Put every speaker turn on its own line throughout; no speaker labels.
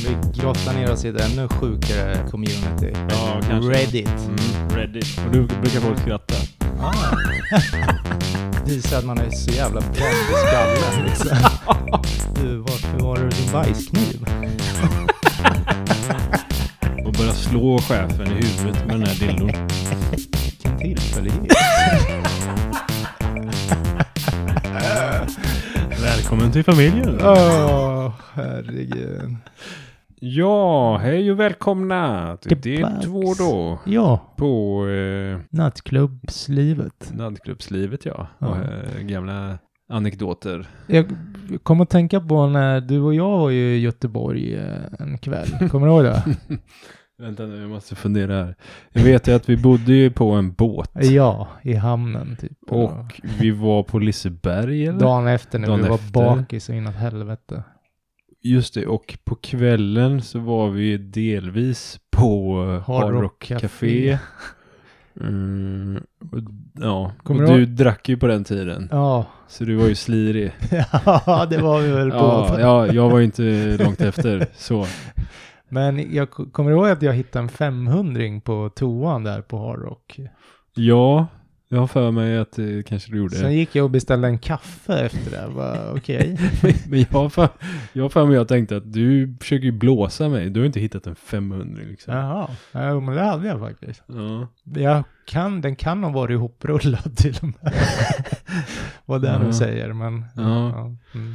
Vi grottar ner oss i ett ännu sjukare community.
Ja, kanske.
Reddit.
Mm, Reddit. Och du brukar folk skratta.
Ah. Visar att man är så jävla bränd i skallen liksom. Du, varför var du din bajskniv?
Och börja slå chefen i huvudet med den här dildon.
Vilken tillfällighet.
Välkommen till familjen.
Åh, oh, herregud.
Ja, hej och välkomna till del
Tillbaks.
två då.
Ja,
På eh,
nattklubbslivet.
nattklubbslivet ja. Och,
Ja.
eh, gamla anekdoter.
Jag kom att tänka på när du och jag var ju i Göteborg eh, en kväll. Kommer du ihåg det?
Vänta nu, jag måste fundera här. Jag vet ju att vi bodde ju på en båt.
Ja, i hamnen typ.
Och vi var på Liseberg eller?
Dagen efter när
Dagen
vi
efter.
var bakis så inåt helvete.
Just det, och på kvällen så var vi delvis på eh, Hard Rock Café. Mm, och, ja, och
Kommer du
du drack ju på den tiden.
Ja,
Så du var ju slirig.
ja det var vi väl på.
Ja, ja, jag var ju inte långt efter. Så.
Men jag k- kommer ihåg att jag hittade en 500 på toan där på Hard Rock.
Ja, jag har för mig att det kanske du gjorde.
Sen gick jag och beställde en kaffe efter det. Jag bara, Okej.
Men jag har för, jag har för mig att jag tänkte att du försöker ju blåsa mig. Du har ju inte hittat en 500 liksom.
Jaha, ja, men det hade jag faktiskt.
Ja.
Jag kan, den kan ha varit ihoprullad till och med. Vad det nu
Ja.
säger, men...
Ja.
mm.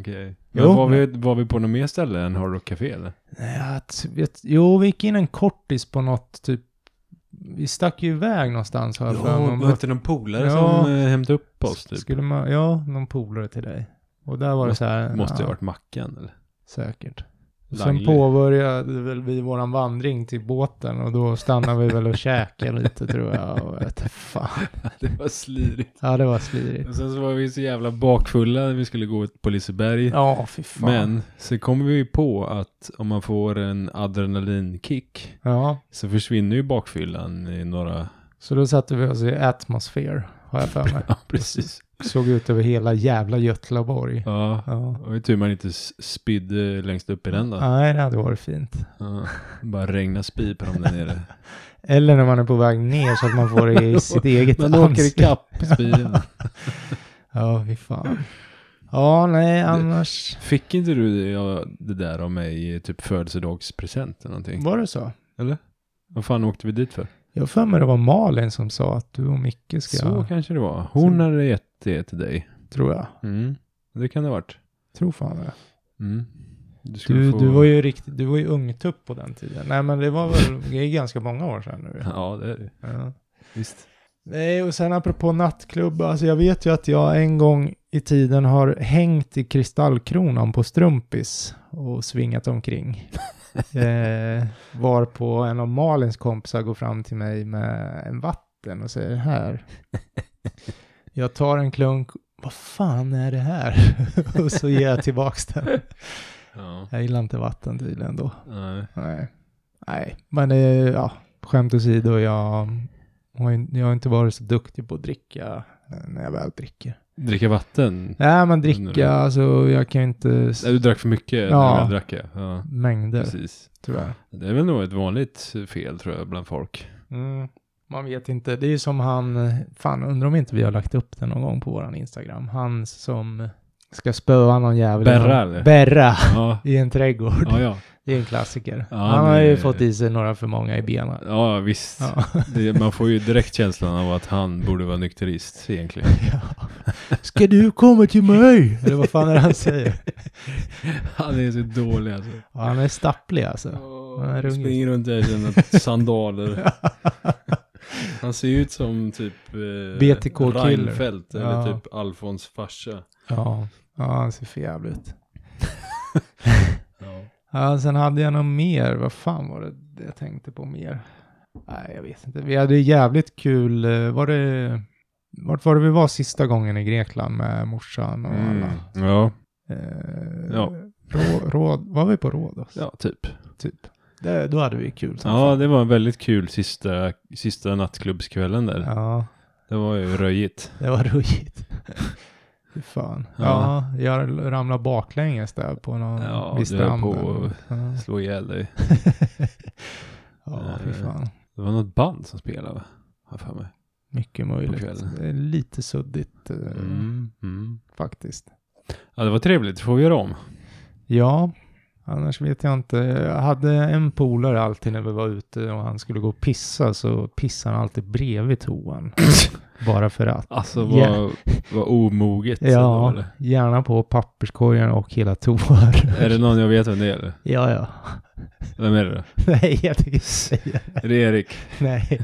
Okej.
Jo,
Men var vi,
men-
var vi på något mer ställe än Hard Rock Café eller?
Nej, Jag t- vet, jo, vi gick in en kortis på något, typ... Vi stack ju iväg någonstans, har jag för mig.
inte någon polare
Ja.
som eh, hämtade upp oss typ?
Skulle man, ja, någon polare till dig. Och där var det så här...
Måste
ja,
ha varit Mackan eller?
Säkert. Och
Langley.
Sen påbörjade väl vi våran vandring till båten och då stannade vi väl och käkade lite tror jag. Och jag vet, inte fan.
Det var slirigt.
Ja, det var slirigt.
Och sen så var vi så jävla bakfulla när vi skulle gå ut på Liseberg.
Ja, fy fan.
Men så kommer vi ju på att om man får en adrenalinkick
Ja,
så försvinner ju bakfyllan i några...
så då satte vi oss i atmosfär, har jag för mig.
Ja, precis.
Såg ut över hela jävla Götlaborg.
Ja.
Ja.
Det var ju tur man inte s- spydde längst upp i den då.
Nej, det hade varit fint.
Ja. Bara regna spy på dem där nere.
Eller när man är på väg ner så att man får det i sitt eget
Man åker ikapp spyn.
Ja, fy fan. Ja, nej, annars.
Fick inte du det, ja, det där av mig i typ födelsedagspresent eller någonting?
Var det så?
Eller? Vad fan åkte vi dit för?
Jag har för mig det var Malin som sa att du och Micke ska,
Så kanske det var. Hon
Så-
hade gett det till dig.
tror jag.
Mm. Det kan det ha varit.
Tror fan det.
Mm. Du, skulle
Du,
få-
du var ju riktigt, du var ju ungtupp på den tiden. Nej men det var väl, det är ganska många år sedan nu.
Ja, det är det.
Ja.
Visst.
Nej och sen apropå nattklubb, alltså jag vet ju att jag en gång i tiden har hängt i kristallkronan på strumpis och svingat omkring. eh, var på en av Malins kompisar går fram till mig med en vatten och säger här. Jag tar en klunk, vad fan är det här? och så ger jag tillbaks den.
Ja.
Jag gillar inte vatten tydligen då.
Nej.
Nej. Nej, men eh, ja, skämt åsido, jag, har ju- jag har inte varit så duktig på att dricka eh, när jag väl dricker.
Dricka vatten?
Nej, men
Undrar du?
dricka, alltså jag kan ju inte s-
Nej, du drack för mycket
Ja.
när du väl drack ja. ja.
mängder,
Precis.
tyvärr.
Det är väl nog ett vanligt fel tror jag bland folk.
Mm. Man vet inte, det är ju som han, fan undrar om inte vi har lagt upp den någon gång på våran Instagram. Han som ska spöa någon jävel.
Berra, eller?
Berra
Ja,
i en trädgård.
ja, ja.
Det är en klassiker.
Ja,
han har ju
men-
fått i sig några för många i benen.
ja visst.
Ja.
Det, man får ju direkt känslan av att han borde vara nykterist egentligen.
Ja. Ska du komma till mig? Eller vad fan är det han säger?
Han är så dålig alltså.
Ja, han är stapplig alltså. han är
Han
rungig.
springer runt där i sina sandaler. Han ser ju ut som typ eh,
BTK-killer.
Reinfeldt eller
Ja.
typ Alfons farsa.
Ja, ja han ser för jävligt ut.
Ja.
Ja, sen hade jag nog mer. Vad fan var det jag tänkte på mer? Nej, jag vet inte. Vi hade jävligt kul. eh, Var det... Vart var det vi var sista gången i Grekland med morsan och alla?
Mm. Ja.
Eh,
Ja.
Rå, råd, var vi på Rådos?
ja, typ.
Typ. Det, då hade vi kul. som
Ja,
fan.
det var en väldigt kul sista, sista nattklubbskvällen där.
ja,
Det var ju röjigt.
det var roligt. Fy fan. Ja.
Ja.
jag ramlade baklänges där på någon
Ja,
vid
du höll
stranden.
på
Ja.
Slå ihjäl dig.
ja, fy fan.
Det var något band som spelade va? Har jag för mig.
Mycket möjligt.
kvällen.
Det är lite suddigt eh,
Mm. Mm.
faktiskt.
Ja, det var trevligt. får vi göra om.
Ja, annars vet jag inte. Jag hade en polare alltid när vi var ute och han skulle gå och pissa så pissade han alltid bredvid toan. Bara för att.
Alltså vad,
Ja.
vad omoget. det var
Ja,
det.
gärna på papperskorgen och hela toarummet.
Är det någon jag vet vem det är eller?
Ja, ja.
Vem är det då?
Nej, jag tänker inte säga det.
Är det Erik?
Nej,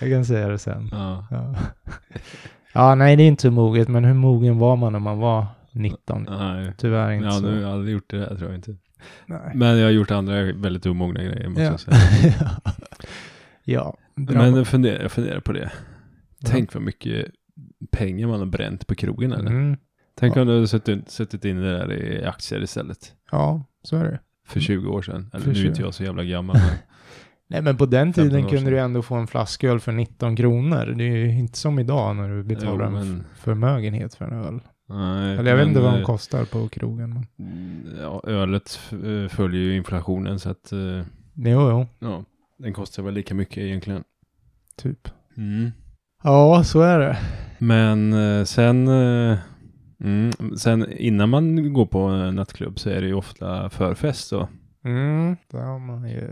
jag kan säga det sen.
Ja.
Ja. ja, nej, det är inte så moget, men hur mogen var man när man var 19?
Nej.
Tyvärr inte
Ja,
så.
nu har jag aldrig gjort det där tror jag inte.
Nej.
Men jag har gjort andra väldigt omogna grejer måste
Ja.
jag säga.
ja,
Men
drama.
jag funderar, jag funderar på det. Tänk vad mycket pengar man har bränt på krogen eller?
Mm.
Tänk om du hade suttit, suttit in det där i aktier istället.
Ja, så är det.
För 20 år sedan.
Mm.
Eller
För
nu är
20.
inte jag så jävla gammal.
Nej,
Men,
men på den
15
tiden
år
kunde
sedan.
du ändå få en flasköl för 19 kronor. Det är ju inte som idag när du betalar
Jo,
en
men-
f- förmögenhet för en öl.
nej,
Eller jag vet
men,
inte vad de
eh,
kostar på krogen. Men...
Ja, ölet f- eh, följer ju inflationen så att eh,
Jo, jo,
ja, den kostar väl lika mycket egentligen.
typ.
Mm.
Ja, så är det.
Men eh, sen, eh, mm, sen innan man går på eh, nattklubb så är det ju ofta förfest då.
Mm. Där har man ju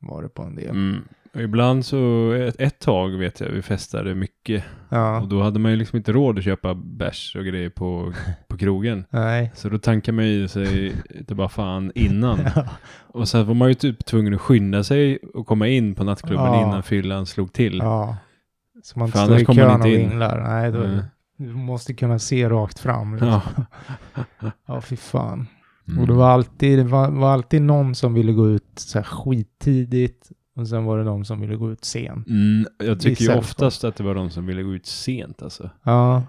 varit på en del.
Mm. Och ibland så, ett, ett tag vet jag, vi festade mycket. Och
Ja,
då hade man ju liksom inte råd att köpa bärs och grejer på, på krogen.
nej.
Så då tankar man ju sig inte bara fan innan.
Ja.
Och sen var man ju typ tvungen att skynda sig och komma in på nattklubben
Ja.
innan fyllan slog till.
ja. Så man inte
För
står i
annars kommer man
kön och
inte in.
vinglar. Nej, då,
Mm.
du måste kunna se rakt fram. Liksom. Ja.
Ja.
fy fan.
Mm.
Och det var alltid, det var, var alltid någon som ville gå ut så här skittidigt. Och sen var det de som ville gå ut sent.
Mm, jag tycker ju
sällskap.
oftast att det var de som ville gå ut sent alltså.
Ja.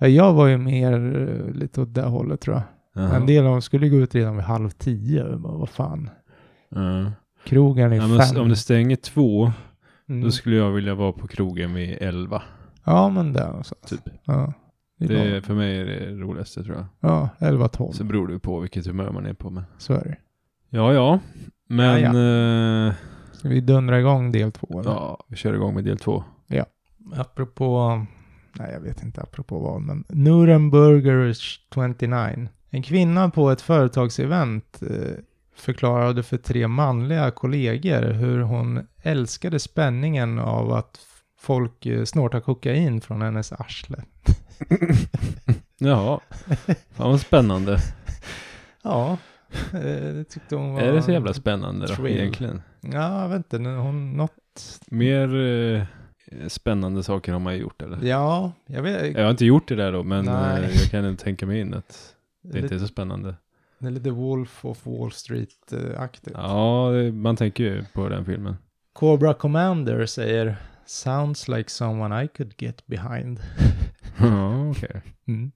Ja, Jag var ju mer eh, lite åt det hållet tror jag.
Jaha.
En del av dem skulle gå ut redan vid halv tio. Jag Bara, vad fan.
Ja.
Krogen är
Ja,
fem.
men om det stänger två,
Mm.
då skulle jag vilja vara på krogen vid elva.
Ja, men där någonstans.
Typ.
Ja. Det är
Det
bra.
är, för mig är det roligaste tror jag.
Ja, elva, tolv.
Sen beror det ju på vilket humör man är på. Men...
Så är det.
Ja, ja. Men eh,
Ska vi dundra igång del två? eller?
ja, vi kör igång med del två.
Apropå, nej jag vet inte apropå vad, men Nuremberger 29. En kvinna på ett företagsevent eh, förklarade för tre manliga kollegor hur hon älskade spänningen av att f- folk eh, snortar kokain från hennes arsle.
Jaha, fan vad spännande.
Ja, eh, det tyckte hon var...
Är det så jävla spännande då,
Thrill.
egentligen?
Ja, jag vet inte, nu- hon något...
Mer eh, spännande saker har man ju gjort eller?
Ja, jag vet,
Jag har inte gjort det där då, men
Nej.
eh, jag kan inte tänka mig in att det
lite-
inte är så spännande.
det är lite Wolf of Wall eh, Street-aktigt.
Ja, det- man tänker ju på den filmen.
Cobra Commander säger Sounds like someone I could get behind.
Ja, okej.
Mm.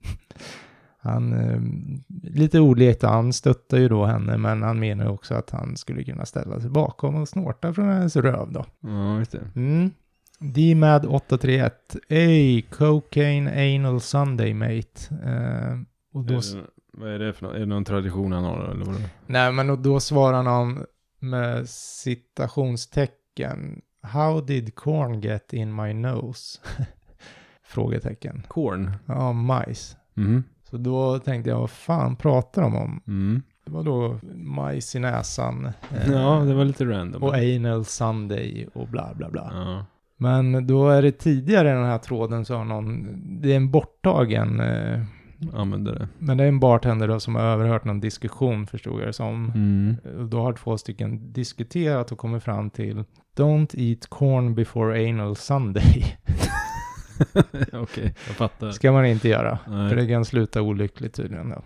Han, eh, lite ordlekt, han stöttar ju då henne, men han menar ju också att han skulle kunna ställa sig bakom och snorta från hennes röv då.
Ja, just det.
Mm. D-Mad 831, Ey, Cocaine Anal Sunday Mate. Eh, och då,
Eh, Vad är det för något? Är det någon tradition han har eller vadå?
nej, men och då svarar han med citationstecken. How did corn get in my nose? Frågetecken.
Korn.
Ja, majs.
Mm.
Så då tänkte jag, vad fan pratar de om?
Mm.
Det var då majs i näsan. eh,
Ja, det var lite random.
Och anal Sunday och bla bla bla.
ja.
Men då är det tidigare i den här tråden så har någon, det är en borttagen, eh,
Använde det.
men det är en bartender då som har överhört någon diskussion förstod jag det som.
Mm.
Och Eh, Då har två stycken diskuterat och kommit fram till Don't eat corn before anal Sunday.
Okej, jag fattar.
Ska man inte göra. För
Nej.
det kan sluta olyckligt tydligen då.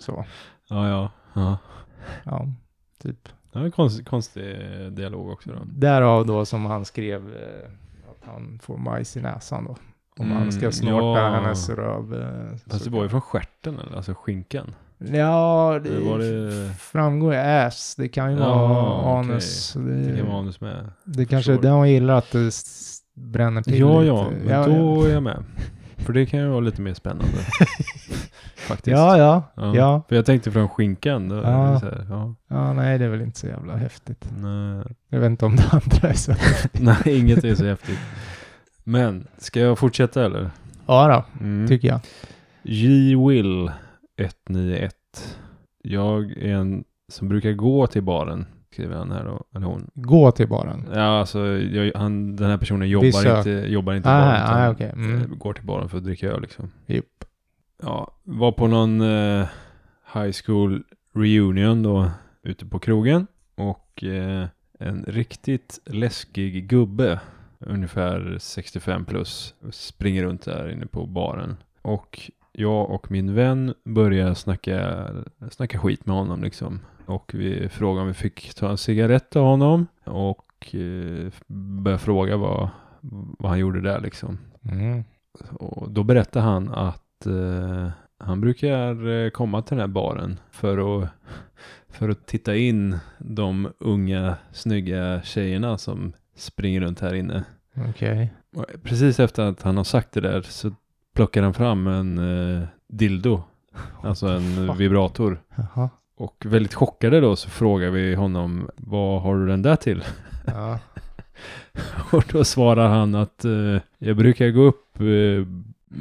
Så,
Ja, ja. ja.
ja, typ.
Det var en konst, konstig eh, dialog också då.
Därav då som han skrev eh, att han får majs i näsan då. Om
Mm,
han ska snorta
ja.
hennes röv. eh,
Fast
så-
det var ju från stjärten eller? Alltså skinkan.
Ja, det,
Eller var det-
framgår ju ass. Det kan ju
Ja,
vara
okej.
anus.
Det kan vara
Det,
anus med.
det kanske är
förstår.
det hon gillar att det s- bränner till
Ja,
lite.
ja, men då är jag med. För det kan ju vara lite mer spännande. Faktiskt.
Ja, ja, ja.
För jag tänkte från skinkan. Då,
Ja.
ja. Så här, ja.
Ja, nej, det är väl inte så jävla häftigt.
Nej.
Jag vet inte om det andra är så.
Nej, inget är så häftigt. Men, ska jag fortsätta eller?
Ja, då,
Mm.
tycker jag.
J-Will 191. Jag är en som brukar gå till baren, skriver han här då, eller hon.
Gå till baren.
Ja, alltså jag, han, den här personen jobbar
sök.
inte, jobbar inte i
Ah,
baren. utan,
ah, okej. Mm.
eh, Går till baren för att dricka öl liksom.
Japp.
Ja, var på någon eh, high school reunion då ute på krogen. Och eh, en riktigt läskig gubbe, ungefär 65 plus, springer runt där inne på baren. Och jag och min vän börjar snacka, snacka skit med honom liksom. Och vi frågade om vi fick ta en cigarett av honom. Och eh, började fråga vad, vad han gjorde där liksom.
Mm.
Och då berättade han att eh, han brukar eh, komma till den här baren för att, för att titta in de unga snygga tjejerna som springer runt här inne.
Okej.
Och precis efter att han har sagt det där så plockar han fram en eh, dildo, alltså en
fuck?
vibrator.
Jaha.
Och väldigt chockade då så frågar vi honom, vad har du den där till?
Ja.
Och då svarar han att eh, jag brukar gå upp eh,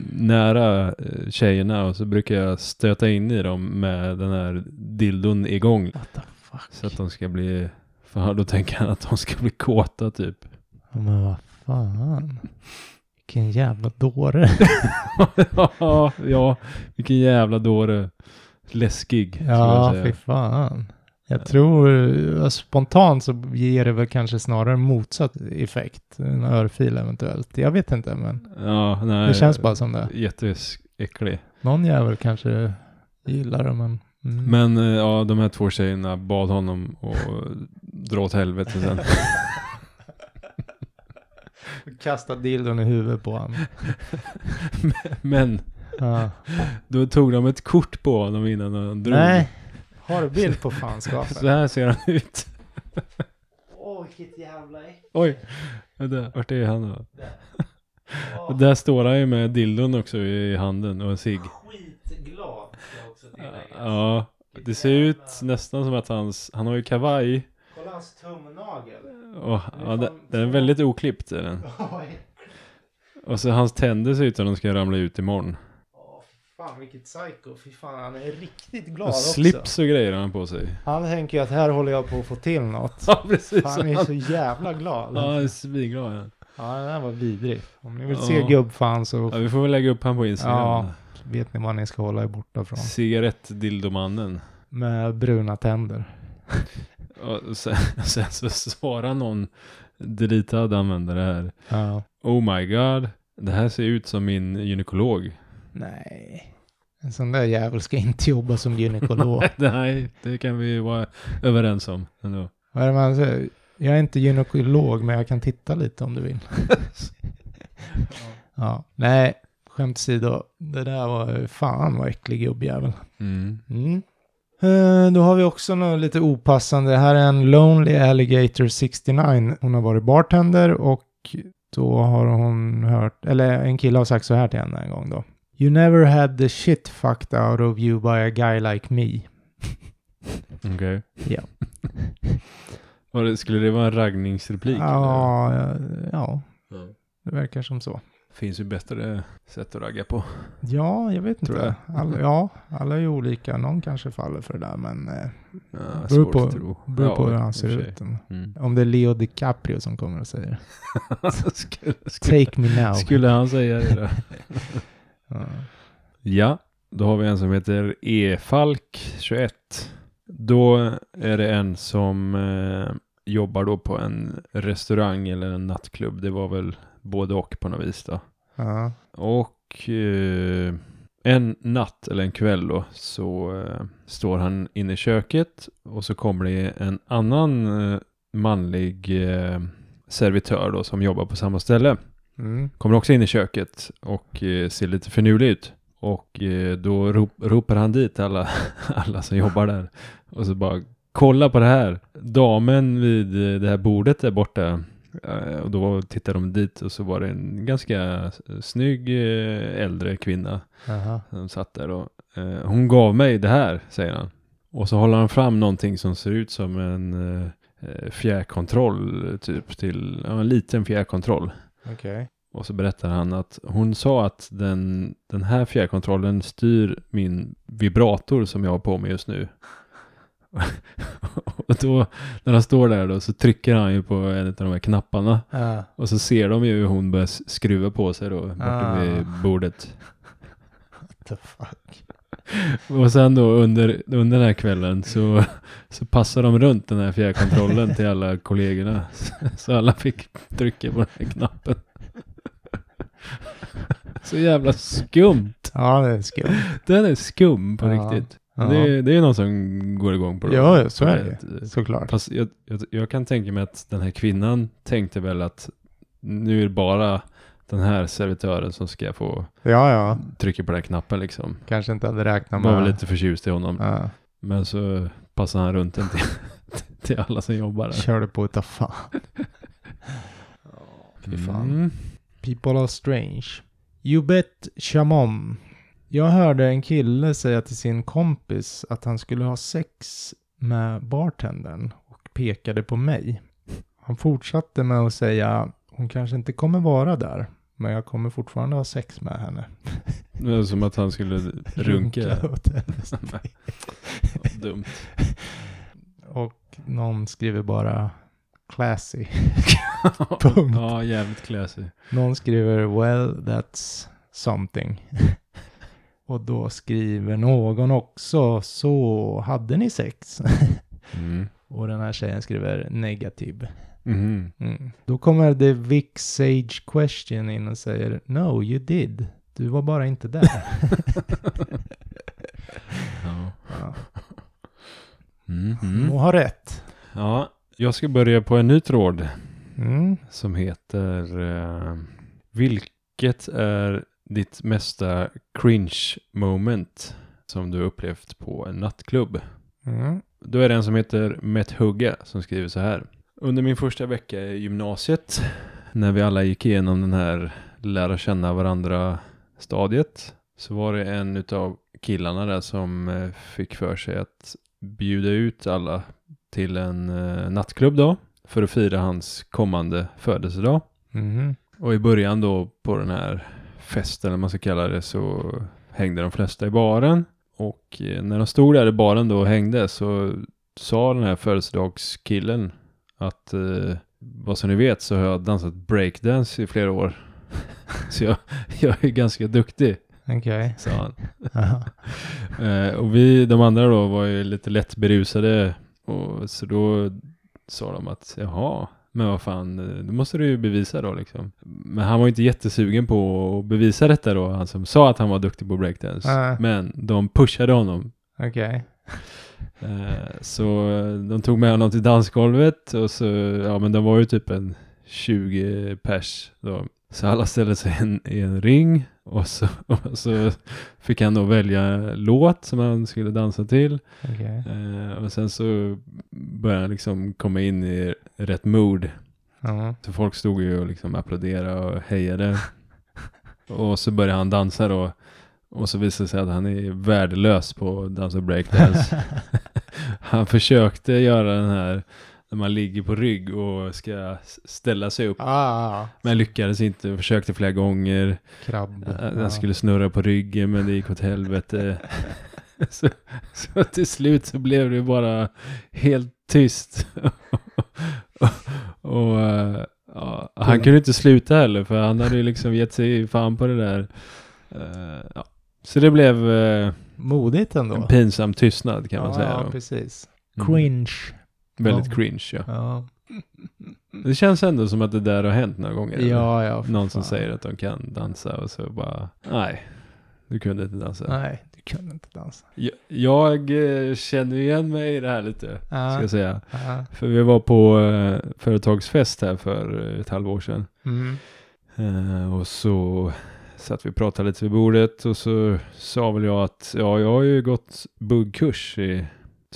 nära eh, tjejerna och så brukar jag stöta in i dem med den här dildon igång.
What the fuck.
Så att de ska bli, för då tänker han att de ska bli kåta typ.
Ja, Men vad fan. Vilken jävla dåre.
ja, vilken jävla dåre. Läskig. skulle jag
Ja,
säga.
fy fan. Jag tror, eh, spontant så ger det väl kanske snarare motsatt effekt. En örfil eventuellt. Jag vet inte, men
ja nej,
det känns bara som det.
Jätteäcklig.
Någon jävel kanske gillar det, men... Mm.
Men eh, ja, de här två tjejerna bad honom att dra åt helvete sen.
Kasta dildon i huvudet på honom.
Men
Ja.
Då tog de ett kort på honom innan han drog.
Nej. Har du bild på
Så
fanskapet?
här ser han ut.
Åh, vilket jävla äck.
Oj. Vänta, Vart är han då? Och där står han ju med dildon också i handen och en cigg.
Skitglad,
Ja, det ser ut nästan som att hans, han har ju kavaj.
Kolla hans tumnagel.
Och, ja, den- den är väldigt oklippt är den.
Oj.
Och så hans tänder ser ut som de ska ramla ut imorgon.
Åh, fan vilket psycho. Fy fan, han är riktigt glad
Och
också.
slips och grejer har han på sig.
Han tänker ju att här håller jag på att få till något.
Ja, precis.
Han är så jävla glad.
Ja, han är svinglad. ja.
Ja, den där var vidrig. Om ni vill se
Ja.
gubbfan
Ja,
så
vi får väl lägga upp han på Instagram.
Ja. vet ni vad ni ska hålla er borta från.
Cigarettdildomannen.
Med bruna tänder.
Och sen, sen så svarar någon delitad användare här.
Ja.
Oh my god, det här ser ut som min gynekolog.
Nej. En sån där jävel ska inte jobba som gynekolog.
Nej, det kan vi vara överens om ändå.
vad är det man säger? Jag är inte gynekolog men jag kan titta lite om du vill. ja. Nej, skämt åsido. Det där var fan vad äcklig gubbjävel.
Mm.
Mm. Eh, Då har vi också något lite opassande. Här är en Lonely Alligator 69. Hon har varit bartender och då har hon hört, eller en kille har sagt så här till henne en gång då. You never had the shit fucked out of you by a guy like me.
Okej.
Ja.
Var det- Skulle det vara en raggningsreplik? eller?
Ja, ja, ja,
Ja.
det verkar som så.
Finns ju bättre sätt att ragga på.
Ja, jag vet
Tror
inte. Alla, ja, alla är ju olika. Någon kanske faller för det där, men eh,
Ja,
Beror
svårt
på-
att tro.
beror på hur
i
han
och
ser
för sig.
ut.
Mm.
Om det är Leo DiCaprio som kommer och säger
skulle, skulle,
Take me now.
skulle han säga det där?
Ja.
Ja, då har vi en som heter E-Falk21. Då är det en som eh, jobbar då på en restaurang eller en nattklubb. Det var väl både och på något vis då.
Ja.
Och eh, en natt eller en kväll då så eh, står han inne i köket och så kommer det en annan eh, manlig eh, servitör då som jobbar på samma ställe.
Mm.
Kommer också in i köket och eh, ser lite finurlig ut. Och eh, då rop, ropar han dit alla, alla som jobbar där. Och så bara, kolla på det här. Damen vid eh, det här bordet där borta Eh, Och då tittade de dit och så var det en ganska snygg eh, äldre kvinna
Aha.
som satt där och eh, hon gav mig det här, säger han. Och så håller han fram någonting som ser ut som en eh, eh, fjärrkontroll typ till, ja, en liten fjärrkontroll.
Okej.
Och så berättar han att hon sa att den, den här fjärrkontrollen styr min vibrator som jag har på mig just nu. och då, när han står där då, så trycker han ju på en av de här knapparna.
Ja.
Och så ser de ju hur hon börjar s- skruva på sig då, borta
Ah.
vid bordet.
What the fuck?
Och sen då under, under den här kvällen så, så passar de runt den här fjärrkontrollen till alla kollegorna. Så alla fick trycka på den här knappen. Så jävla skumt.
Ja, det är skumt.
Den är skum på
Ja.
riktigt.
Ja.
Det, är- det är någon som går igång på det.
Ja, så är det.
På ett-
Såklart.
Fast jag, jag, jag kan tänka mig att den här kvinnan tänkte väl att nu är det bara den här servitören som ska få
Ja, ja.
trycka på den här knappen liksom.
Kanske inte hade räknat med.
Var väl lite förtjust i honom.
Ja.
Men så passar han runt den till, till alla som jobbar där.
Körde på utav fan. Fy fan.
Mm.
People are strange. Jubet Shamom. Jag hörde en kille säga till sin kompis att han skulle ha sex med bartendern och pekade på mig. Han fortsatte med att säga hon kanske inte kommer vara där, men jag kommer fortfarande ha sex med henne.
Det är som att han skulle runka.
åt hennes
Nej. Dumt.
Och någon skriver bara classy. Punkt.
ja, jävligt classy.
Någon skriver well that's something. Och då skriver någon också så hade ni sex?
Mm.
Och den här tjejen skriver negativ.
Mhm.
Mm. Då kommer the Vic Sage question in och säger no you did. Du var bara inte där.
Ja.
ja.
Mhm.
Må ha rätt.
Ja, jag ska börja på en ny tråd
Mm.
som heter eh, Vilket är ditt mesta cringe moment som du upplevt på en nattklubb?
Mm.
Då är det en som heter Met Hugga som skriver så här. Under min första vecka i gymnasiet när vi alla gick igenom den här lära känna varandra stadiet så var det en utav killarna där som eh, fick för sig att bjuda ut alla till en eh, nattklubb då för att fira hans kommande födelsedag.
Mhm.
Och i början då på den här festen, eller vad man ska kalla det, så hängde de flesta i baren. Och eh, när de stod där i baren då och hängde så sa den här födelsedagskillen att eh, vad som ni vet så har jag dansat breakdance i flera år. så jag, jag är ganska duktig,
Okej.
sa han.
Jaha.
Eh, och vi, de andra då, var ju lite lätt berusade. Och så då sa de att jaha, men vad fan, eh, då måste du ju bevisa då liksom. Men han var ju inte jättesugen på att bevisa detta då, han som sa att han var duktig på breakdance.
Nej.
Men de pushade honom.
Okej.
Eh, så de tog med honom till dansgolvet och så, ja men de var ju typ en 20 pers då. Så alla ställde sig i en, i en ring och så, och så fick han då välja låt som han skulle dansa till.
Okej.
Eh, och sen så började han liksom komma in i rätt mood.
Ja.
Så folk stod ju och liksom applåderade och hejade. och så började han dansa då. Och så visade det sig att han är värdelös på att dansa breakdance. han försökte göra den här när man ligger på rygg och ska s- ställa sig upp.
Ah,
Men lyckades inte, försökte flera gånger.
krabb.
Eh,
Ja.
Han skulle snurra på ryggen men det gick åt helvete. så, så till slut så blev det bara helt tyst. och eh, ja, han kunde inte sluta heller för han hade ju liksom gett sig fan på det där. Eh, ja. Så det blev eh,
Modigt ändå.
en pinsam tystnad kan man
ja,
säga.
Ja,
då.
precis.
Mm.
Cringe.
Väldigt
Ja.
cringe ja.
Ja,
Det känns ändå som att det där har hänt några gånger.
ja. ja för
Någon som
fan.
säger att de kan dansa och så bara nej, du kunde inte dansa.
Nej, du kunde inte dansa.
Jag, jag eh, känner igen mig i det här lite,
Ja.
ska jag säga.
Ja.
För vi var på eh, företagsfest här för eh, ett halvår sedan.
Mm.
Eh, och så satt vi och pratade lite vid bordet och så sa väl jag att ja, jag har ju gått buggkurs i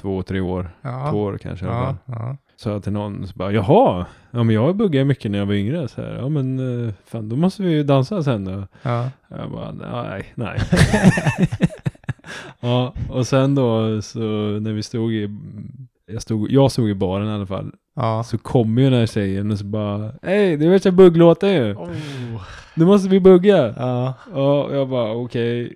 två, tre år.
Ja.
Två år kanske i alla fall.
Ja. ja.
sa jag till någon, så bara jaha, ja men jag buggade mycket när jag var yngre så här, ja men eh, fan då måste vi ju dansa sen då.
Ja.
Jag bara nej, nej. ja, och sen då så när vi stod i, jag stod, jag stod i baren i alla fall,
ja.
så kom ju den här tjejen och så bara, hej det är värsta bugglåten ju,
Oh.
nu måste vi bugga.
Ja.
Ja, och jag bara okej,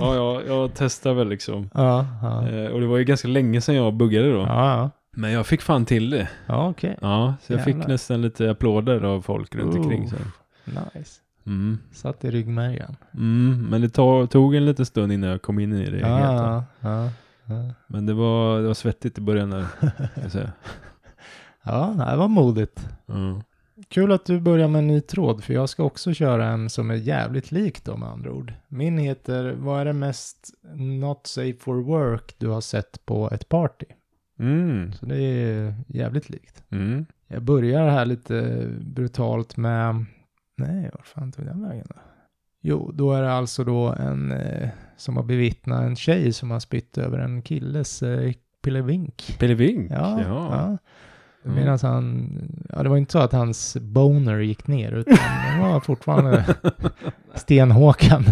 ja ja, jag testar väl liksom.
Ja. Ja.
Eh, och det var ju ganska länge sedan jag buggade då.
Ja.
Men jag fick fan till det.
Ja. Okej.
Ja, så jag fick
Jävlar.
nästan lite applåder av folk runt
Oh.
omkring sen.
Nice.
Mm.
Satt i ryggmärgen.
Mm. Men det to- tog en liten stund innan jag kom in i
Ah.
det helt.
Ja. Ja. Ja.
Men det var, det var svettigt i början där. kan jag säga.
Ja, det här var modigt.
Mm.
Kul att du börjar med en ny tråd, för jag ska också köra en som är jävligt lik dem med andra ord. Min heter Vad är det mest not safe for work du har sett på ett party?
Mm.
Så det är jävligt likt.
Mm.
Jag börjar här lite brutalt med... Nej, var fan tog den vägen då? Jo, då är det alltså då en eh, som har bevittnat en tjej som har spytt över en killes eh, pillevink.
Pillevink.
Ja, ja.
Mm.
Medan han, ja det var inte så att hans boner gick ner utan den var fortfarande stenhåkan.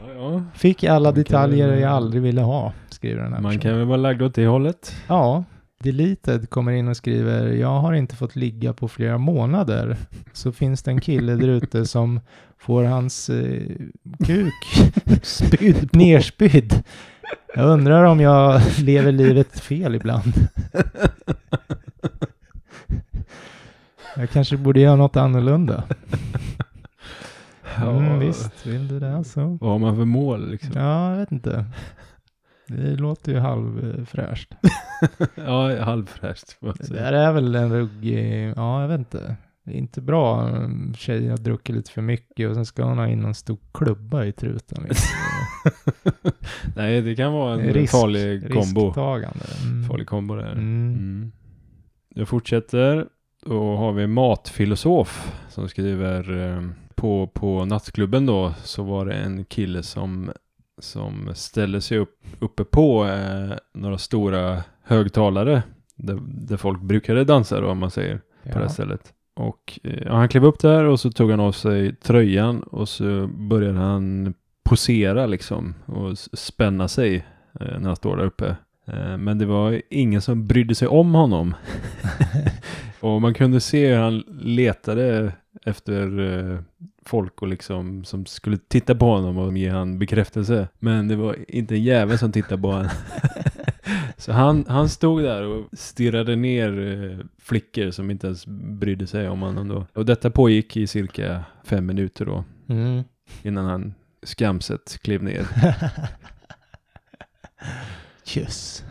ja, ja.
Fick alla
Man kan
detaljer
väl-
jag aldrig ville ha, skriver den här
Man
personen.
kan väl vara lagd åt det hållet.
Ja, Deleted kommer in och skriver jag har inte fått ligga på flera månader. Så finns det en kille där ute som får hans eh, kuk spydd nerspydd. Jag undrar om jag lever livet fel ibland. Jag kanske borde göra något annorlunda. Mm, visst, vill du det så.
Vad har man för mål liksom?
Ja, jag vet inte. Det låter ju halvfräscht.
ja, halvfräscht. får man
Det
säga.
där är väl en ruggig, ja jag vet inte. Det är inte bra om tjejen har druckit lite för mycket och sen ska hon ha in någon stor klubba i truten. Liksom.
Nej, det kan vara en
Risk-
farlig kombo.
Risktagande. Mm.
Farlig kombo där.
Mm.
Mm. Jag fortsätter. Då har vi matfilosof som skriver eh, på, på nattklubben då så var det en kille som, som ställde sig upp, uppe på eh, några stora högtalare där, där folk brukade dansa då om man säger på det här
Ja.
stället. Och eh, ja, han klev upp där och så tog han av sig tröjan och så började han posera liksom och s- spänna sig eh, när han står där uppe. Eh, Men det var ingen som brydde sig om honom. och man kunde se hur han letade efter eh, folk och liksom som skulle titta på honom och ge han bekräftelse. Men det var inte en jävel som tittade på honom. Så han, han stod där och stirrade ner eh, flickor som inte ens brydde sig om honom då. Och detta pågick i cirka fem minuter då,
Mm.
innan han skamset klev ner.
Tjus.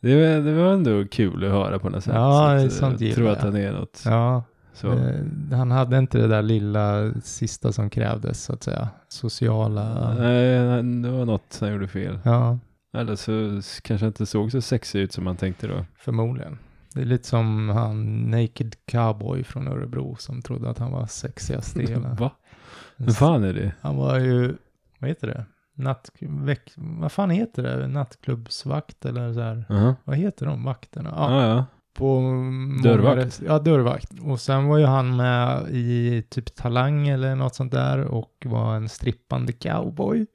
Det, var- det var ändå kul att höra på något sätt.
Ja,
Så att,
det är
eh,
sånt
jag
gillar
tror att
jag.
han är något.
Ja,
Så.
eh, han hade inte det där lilla sista som krävdes så att säga. Sociala.
Nej, han- det var något han gjorde fel.
Ja,
Eller så s- kanske han inte såg så sexig ut som han tänkte då.
förmodligen. Det är lite som han Naked Cowboy från Örebro som trodde att han var sexigast i hela
Va? Vad fan är det?
Han var ju, vad heter det? Natt, väck, vad fan heter det? Nattklubbsvakt eller så här.
Jaha.
Vad heter de vakterna? Ja,
Ja, ja.
på många
Dörrvakt.
res- Ja, dörrvakt. Och sen var ju han med i typ Talang eller något sånt där och var en strippande cowboy.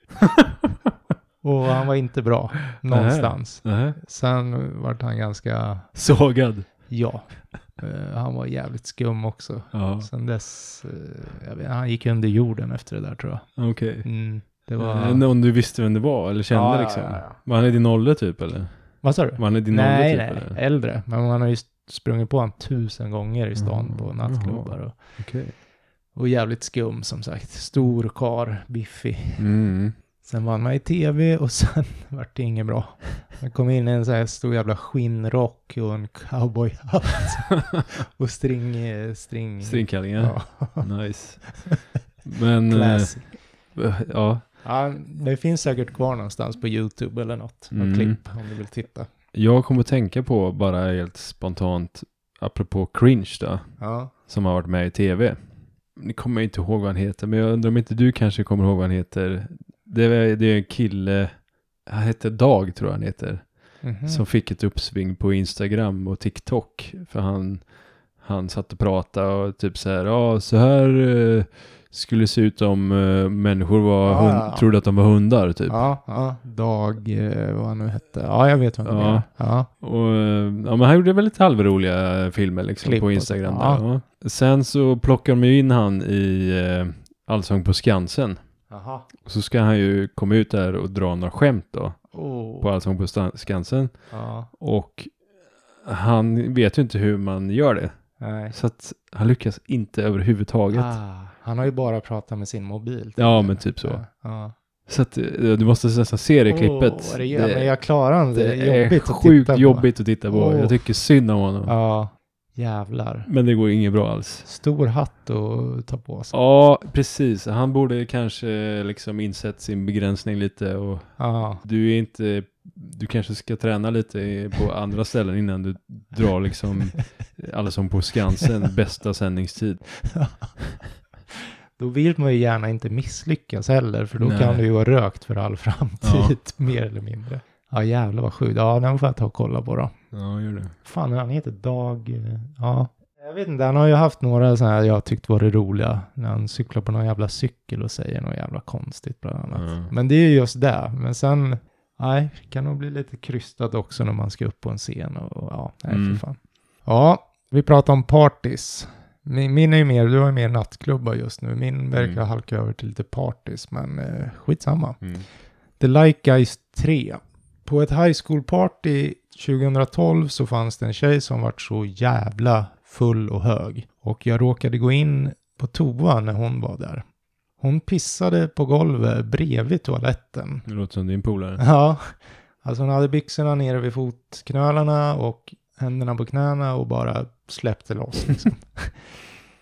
och han var inte bra någonstans.
Nähä.
Sen vart han ganska,
Sågad.
ja, eh, han var jävligt skum också.
Ja,
Sen dess, eh, jag vet, han gick under jorden efter det där tror jag.
okej.
Mm, det var...
Var... Någon du visste vem det var eller Eh, kände
Ja, ja,
liksom?
ja, ja.
Var han i din ålder typ eller?
Vad sa du?
Var han i din ålder
nej,
typ
nej,
eller?
äldre. Men man har ju sprungit på honom tusen gånger i stan
Mm,
på nattklubbar. Och,
Okej.
och jävligt skum som sagt. Stor kar, biffig.
Mm.
Sen var han med i tv och sen vart det inget bra. Han kom in i en sån här stor jävla skinnrock och en cowboyhatt. och string... eh, string,
Stringkallingar.
Ja.
Mm. Nice. Men,
Classy.
eh, ja.
Ja, det finns säkert kvar någonstans på YouTube eller något. Något
Mm.
klipp om du vill titta.
Jag kommer att tänka på bara helt spontant, apropå cringe då,
Ja.
som har varit med i tv. Nu kommer jag inte ihåg vad han heter, men jag undrar om inte du kanske kommer ihåg vad han heter. Det är, det är en kille, han heter Dag tror jag han heter.
Mhm.
som fick ett uppsving på Instagram och TikTok. För han, han satt och pratade och typ så här, ja så här eh, skulle det se ut om eh, människor var
Ja,
hund,
Ah, ja, ja.
trodde att de var hundar typ.
Ja, ja, Dag, eh, vad han nu hette. Ja, jag vet vad han
Ja.
menar. Ja.
Och, eh, ja, men han gjorde väl lite halvroliga filmer liksom
Klipp
på
och-
Instagram.
ja.
Där, ja. Sen så plockar de ju in han i eh, Allsång på Skansen.
Aha.
Och så ska han ju komma ut där och dra några skämt då på
Oh.
Allsång på Stan- Skansen.
Ja.
Och han vet ju inte hur man gör det.
Nej.
Så att han lyckas inte överhuvudtaget.
Ah, han har ju bara pratat med sin mobil.
Ja, men typ så.
Ja, ja.
Så att eh, du måste nästan se det
Åh,
klippet.
vad det gör, men jag klarar inte. Det är jobbigt att
sjukt
titta på.
jobbigt att titta på.
Åh.
Jag tycker synd om honom.
Ja, jävlar.
Men det går inget bra alls.
Stor hatt att ta på sig.
Ja, precis. Han borde kanske liksom insett sin begränsning lite och
Ja.
du är inte, du kanske ska träna lite i- på andra ställen innan du drar liksom alla som på Skansen bästa sändningstid.
Då vill man ju gärna inte misslyckas heller, för då
Nej.
kan du ju vara rökt för all framtid, mer eller mindre. Ja, jävlar vad sjukt. Ja, den får jag ta och kolla på då.
Ja, gör det.
Fan, han heter Dag... eh, Ja. Jag vet inte, han har ju haft några sådana här jag tyckt varit roliga. När han cyklar på någon jävla cykel och säger något jävla konstigt bland annat.
Ja.
Men det är ju just det. Men sen, nej, kan nog bli lite krystad också när man ska upp på en scen och, och ja, nej
Mm.
för fan. Ja, vi pratar om parties. Min, min är ju mer, du har ju mer nattklubbar just nu. Min verkar
Mm.
halka över till lite parties, men eh, skitsamma.
Mm.
The Like Guys 3. På ett high school party 2012 så fanns det en tjej som vart så jävla full och hög. Och jag råkade gå in på toa när hon var där. Hon pissade på golvet bredvid toaletten.
Det låter som din polare.
Ja, alltså hon hade byxorna nere vid fotknölarna och händerna på knäna och bara släppte loss liksom.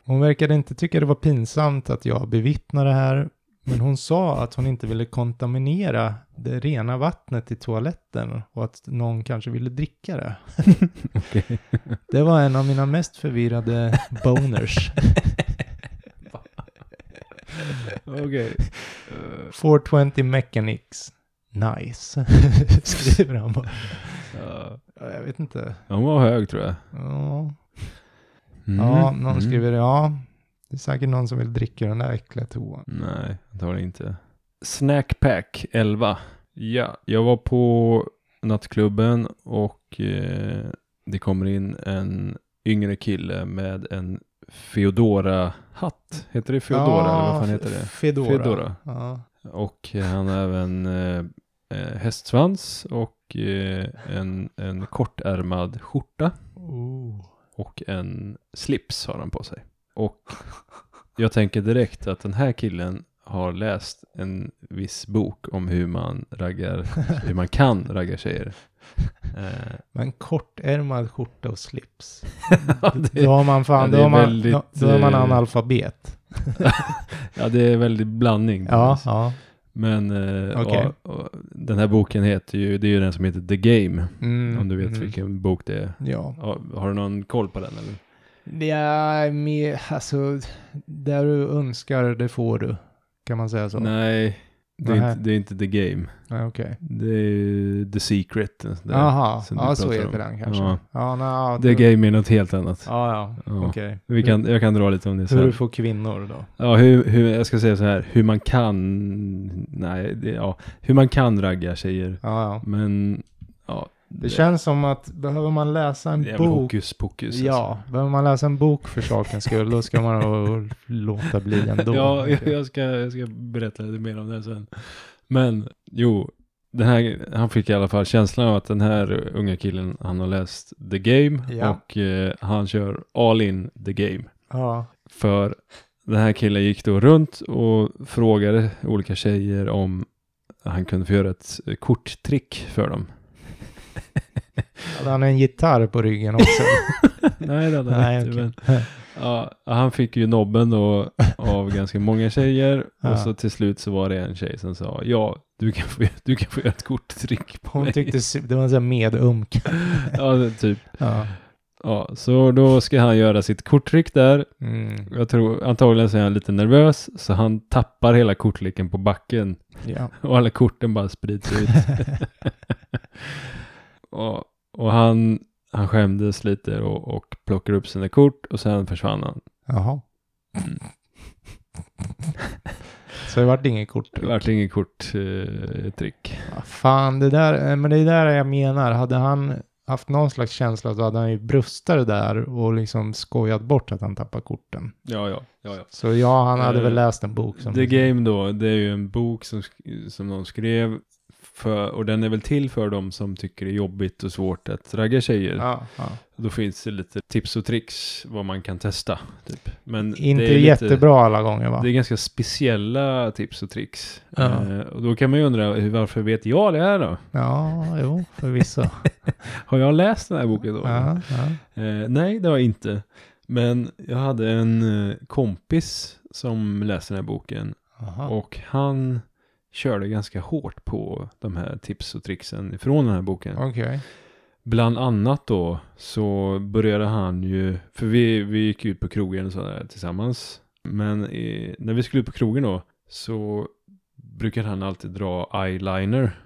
Hon verkade inte tycka det var pinsamt att jag bevittnade det här, men hon sa att hon inte ville kontaminera det rena vattnet i toaletten och att någon kanske ville dricka det.
Okej.
Det var en av mina mest förvirrade boners.
Okej.
420 Mechanics. Nice, skriver han bara.
Ja.
Ja, Jag vet inte.
Hon var hög tror jag.
Ja,
Mm.
Ja, någon
Mm.
skriver ja. Det är säkert någon som vill dricka den där äckliga toan.
Nej, antagligen inte. Snackpack 11. Ja, jag var på nattklubben och eh, det kommer in en yngre kille med en Feodora-hatt. Heter det Feodora eller vad fan heter det?
Fedora.
Fedora.
Ja.
Och han har även eh, eh, hästsvans och eh, en, en kortärmad skjorta
Oh.
och en slips har han på sig. Och jag tänker direkt att den här killen har läst en viss bok om hur man raggar, hur man kan ragga tjejer. Eh,
Men kortärmad skjorta och slips.
ja,
Då
det,
har man
ja,
fan, då
det är
har man,
väldigt,
då, då är man
eh,
analfabet.
ja, det är väldigt blandning. på
Ja,
något sätt.
ja.
Men eh,
Okej.
och, och, den här boken heter ju, det är ju den som heter The Game.
Mm,
Om du vet
mm.
vilken bok det är.
Ja.
Ja, Har du någon koll på den eller?
Det är mer, alltså, där du önskar det får du. Kan man säga så?
Nej, det är,
Nähä.
inte, det är inte The Game.
Nej, Okej.
Det är ju The Secret. en sån där.
Jaha,
som du
ja så
pratar
heter
om.
den kanske.
Ja.
Ja, na,
The
då-
Game är något helt annat.
Ja, ja,
Ja.
okej.
Vi kan, jag kan dra lite om det
Hur du
sen.
får kvinnor då?
Ja, hur, hur, jag ska säga så här, hur man kan, nej, det, ja, hur man kan ragga tjejer.
Ja, ja.
Men, ja.
Det känns som att behöver man läsa en
det är väl
bok.
hokus pokus.
Ja,
alltså.
behöver man läsa en bok för sakens skull, då ska man nog låta bli ändå.
Ja, jag, jag, ska, jag ska berätta lite mer om det sen. Men, jo, den här, han fick i alla fall känslan av att den här unga killen, han har läst The Game
Ja.
och eh, han kör all in The Game.
Ja,
För den här killen gick då runt och frågade olika tjejer om han kunde få göra ett eh, korttrick för dem.
hade han en gitarr på ryggen också?
Nej, det hade han
Nej,
inte.
okej.
Men, ja, han fick ju nobben då av ganska många tjejer
Ja.
och så till slut så var det en tjej som sa ja, du kan få, du kan få göra ett korttrick på
Hon
mig.
tyckte sy- det var en sån här medunk.
Ja, det- typ.
Ja.
Ja, så då ska han göra sitt korttrick där.
Mm.
Jag tror antagligen så är han lite nervös så han tappar hela kortleken på backen
ja.
och alla korten bara sprids ut. Och, och han, han skämdes lite och, och plockade upp sina kort och sen försvann han.
Jaha. Så det vart inget kort.
Det vart inget eh, korttrick.
Ah, Fan, det där, eh, men det är där jag menar. Hade han haft någon slags känsla så hade han ju brustat det där och liksom skojat bort att han tappar korten.
ja, ja, ja, ja.
Så ja, han hade
Eh,
väl läst en bok som...
The Game då, det är ju en bok som, sk- som de skrev för, och den är väl till för de som tycker det är jobbigt och svårt att ragga tjejer.
Ja, ja.
Då finns det lite tips och tricks vad man kan testa. Typ. Men
Inte
det är lite-
jättebra alla gånger va?
Det är ganska speciella tips och tricks.
Ja.
Eh, och då kan man ju undra, hur- varför vet jag det här då?
Ja, jo, förvisso.
Har jag läst den här boken då?
ja, ja.
Eh, nej, det har jag inte. Men jag hade en eh, kompis som läste den här boken
Aha.
och han körde ganska hårt på de här tips och tricksen från den här boken.
Okej.
Bland annat då så började han ju, för vi, vi gick ut på krogen och sådär tillsammans. Men eh, när vi skulle ut på krogen då så brukade han alltid dra eyeliner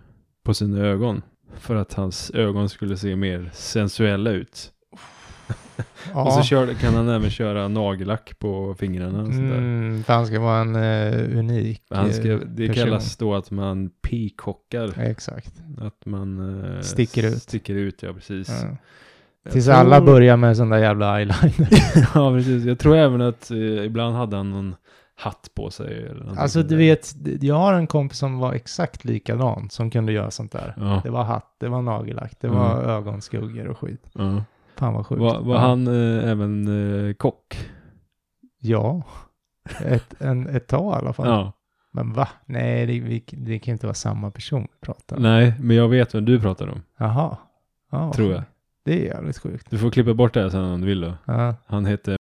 på sina ögon. För att hans ögon skulle se mer sensuella ut. Och så
Ja.
kör, kan han även köra nagellack på fingrarna och sådär.
Mm, för han ska vara en eh, unik...
Han ska,
eh,
det
person.
kallas då att man peacockar.
Exakt.
Att man eh,
Sticker ut.
Sticker ut, ja precis.
Ja.
Jag
Tills alla
tror-
börjar med sån där jävla eyeliner.
Ja, precis. Jag tror även att eh, ibland hade han någon hatt på sig. Eller någonting
Alltså
sånt
du
där.
vet, jag har en kompis som var exakt likadan som kunde göra sånt där.
Ja.
Det var hatt, det var nagellack, det
Mm.
var ögonskuggor och skit.
ja.
Fan vad sjukt.
Var, var
Ja.
han eh, även eh, kock?
Ja. Ett, en, ett tag i alla fall.
Ja.
Men va? Nej, det, vi, det kan ju inte vara samma person vi pratar om.
Nej, men jag vet vem du pratar om.
Jaha. Ja, vad
Tror
sjukt.
jag.
Det är jävligt sjukt.
Du får klippa bort det här sen om du vill då.
Ja.
Han heter...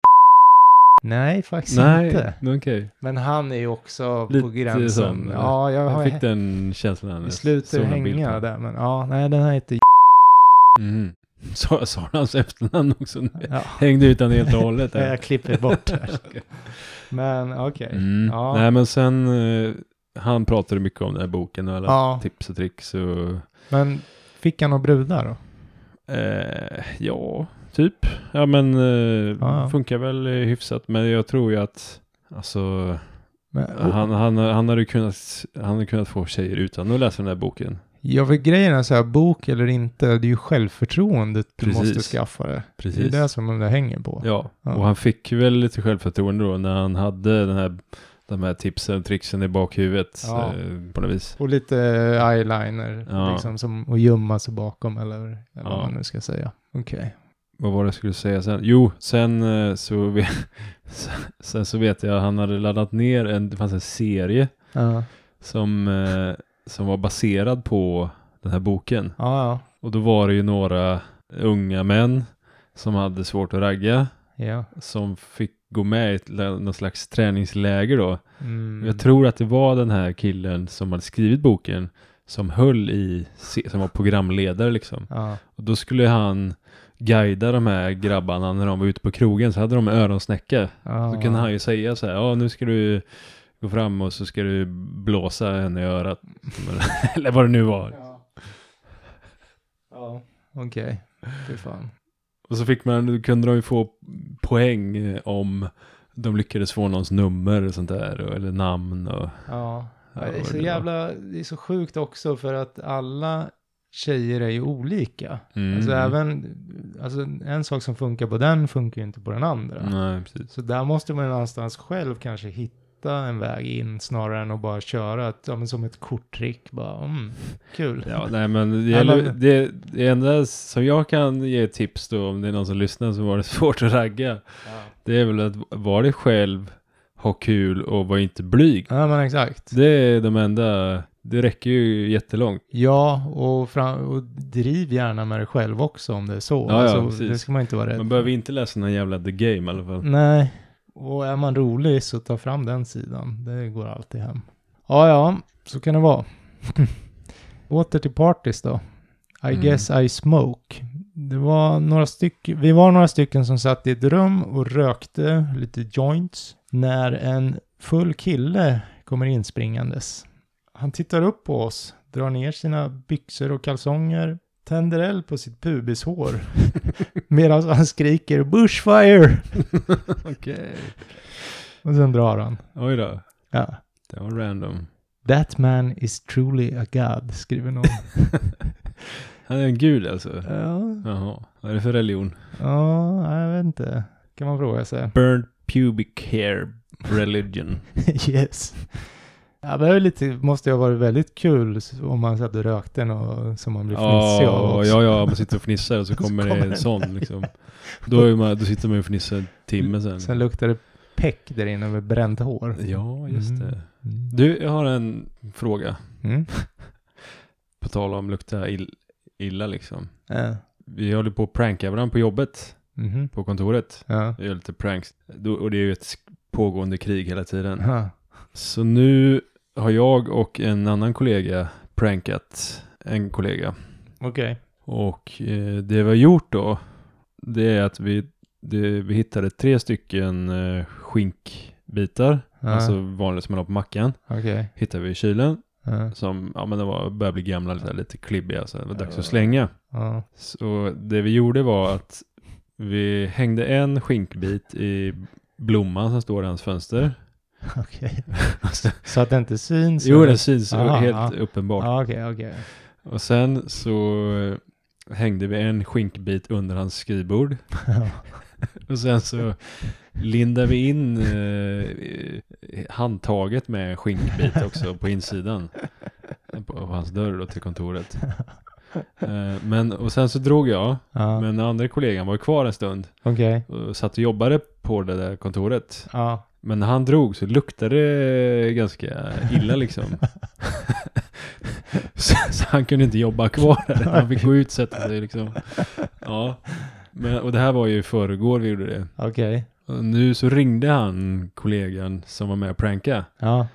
Nej, faktiskt
Nej,
inte.
okej.
Men han är ju också
Lite
på gränsen.
sån,
ja, jag har
Jag
jag
fick den känslan. när jag
slutar
såg en bild på
hänga
honom.
där. Men ja, nej, den här heter
Mhm. Så jag sa han hans efternamn också? Nu
ja.
Hängde ut den helt och hållet.
Nej,
Där.
Jag klipper bort det här. Men okej.
Mm.
Ja.
Nej, men sen... eh, han pratade mycket om den här boken och alla
Ja,
tips och tricks och...
men fick han några brudar då?
Eh, ja, typ. Ja, men eh,
Ja, ja.
funkar väl eh, hyfsat. Men jag tror ju att alltså,
Men,
han, han, han, hade kunnat, han hade kunnat få tjejer utan att läsa den här boken.
Ja, för grejen är så här, bok eller inte, det är ju självförtroendet du
Precis.
måste skaffa det. Det är
Precis.
det som det hänger på.
Ja,
Ja.
och han fick ju väl lite självförtroende då när han hade den här, de här tipsen och tricksen i bakhuvudet
Ja.
eh, på något vis.
Och lite eh, eyeliner,
Ja.
liksom, som att gömma sig bakom eller, eller vad
Ja.
man nu ska säga. Okej.
Vad var det jag skulle säga sen? Jo, sen eh, så, vet, sen så vet jag att han hade laddat ner en, det fanns en serie
Ja,
som, eh, som var baserad på den här boken.
ja,
Och då var det ju några unga män som hade svårt att ragga,
ja. ja.
som fick gå med i ett, lä- någon slags träningsläger då.
Mm.
Jag tror att det var den här killen som hade skrivit boken som höll i, se- som var programledare liksom.
Ja,
Och då skulle han guida de här grabbarna när de var ute på krogen så hade de öronsnäcka.
ja.
Så kunde han ju säga så här, ja nu ska du gå fram och så ska du blåsa henne i örat. Eller vad det nu var.
Ja. ja. Okej. Fy fan.
Och så fick man, då kunde de ju få poäng eh, om de lyckades få någons nummer och sånt där, och- eller namn och...
Ja.
Ja,
det är
vad
så
det var.
jävla, det är så sjukt också för att alla tjejer är ju olika.
Mm.
Alltså även, alltså en sak som funkar på den funkar ju inte på den andra.
Nej, precis.
Så där måste man ju någonstans själv kanske hitta en väg in snarare än att bara köra ett, ja, men som ett korttrick bara, mm, kul.
Ja, nej men det,
Ja,
gäller,
men-
det, det enda som jag kan ge tips då, om det är någon som lyssnar som har det svårt att ragga, det är väl att vara dig själv, ha kul och var inte blyg.
Ja, men exakt.
Det är de enda, det räcker ju jättelångt.
Ja, och, fram, och driv gärna med dig själv också om det är så.
Ja, ja,
alltså,
precis.
det ska man inte vara rädd
Man behöver inte läsa någon jävla The Game i alla fall.
Nej, och är man rolig så ta fram den sidan. Det går alltid hem. Ja, ja, så kan det vara. Åter till parties då. I
Mm.
guess I smoke. Det var några stycken, vi var några stycken som satt i ett rum och rökte lite joints när en full kille kommer inspringandes. Han tittar upp på oss, drar ner sina byxor och kalsonger, tänder eld på sitt pubishår medan han skriker bushfire
Okej.
och sen drar han.
Oj då.
Ja.
Det var random.
That man is truly a god, skriver någon.
Han är en gud alltså.
ja,
Jaha. Vad är det för religion?
ja, jag vet inte. Kan man fråga sig.
Burned pubic hair religion.
yes. Ja, men det är lite, måste ju ha varit väldigt kul om man satt och rökte och som man blir fnissig av
ja,
också.
ja, ja, man sitter och fnissar och så kommer det
kommer
en
den
sån liksom. Då, är man, då sitter man ju och fnissar en timme sen.
Sen luktar det peck där inne med bränt hår.
Ja, just
Mm.
det. Du, jag har en fråga.
Mm.
På tal om lukta ill, illa liksom.
Ja.
Vi håller på att pranka varandra på jobbet,
Mhm.
på kontoret.
Ja.
Vi gör lite pranks. Då, och det är ju ett pågående krig hela tiden.
Ja.
Så nu har jag och en annan kollega prankat en kollega.
Okej.
Och eh, det vi har gjort då, det är att vi, det, vi hittade tre stycken eh, skinkbitar,
Ja.
alltså vanligt som man har på mackan,
Okej.
hittade vi i kylen
Ja.
som, ja men de var, började bli gamla, lite, lite klibbiga, så det var dags att slänga.
Ja.
Så det vi gjorde var att vi hängde en skinkbit i blomman som står i hans fönster.
Okej.
Alltså,
Så att det inte syns?
jo,
eller?
den syns
Aha,
helt uppenbart.
Ja, okej, okej.
Och sen så eh, hängde vi en skinkbit under hans skrivbord.
Ja.
Och sen så lindade vi in eh, eh, handtaget med en skinkbit också på insidan. På, på hans dörr då till kontoret. Eh, men, och sen så drog jag.
Ja,
Men den andra kollegan var kvar en stund
okej.
och satt och jobbade på det där kontoret.
Ja,
Men när han drog så luktade det ganska illa liksom. så, så han kunde inte jobba kvar där. Han fick gå ut och sätta sig liksom. Ja. Men, och det här var ju i förrgår vi gjorde det.
okej.
Och nu så ringde han kollegan som var med och pranka.
Ja,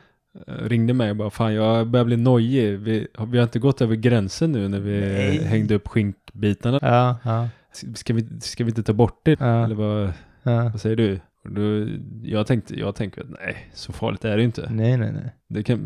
Eh, Ringde mig och bara fan jag börjar bli nojig. Vi, har- vi har inte gått över gränsen nu när vi
Nej.
hängde upp skinkbitarna.
ja, ja,
Ska vi, ska vi inte ta bort det? Eller
ja,
vad,
ja.
vad säger du? Och då, jag tänkte, jag tänker att nej, så farligt är det inte.
Nej, nej, nej.
Det kan,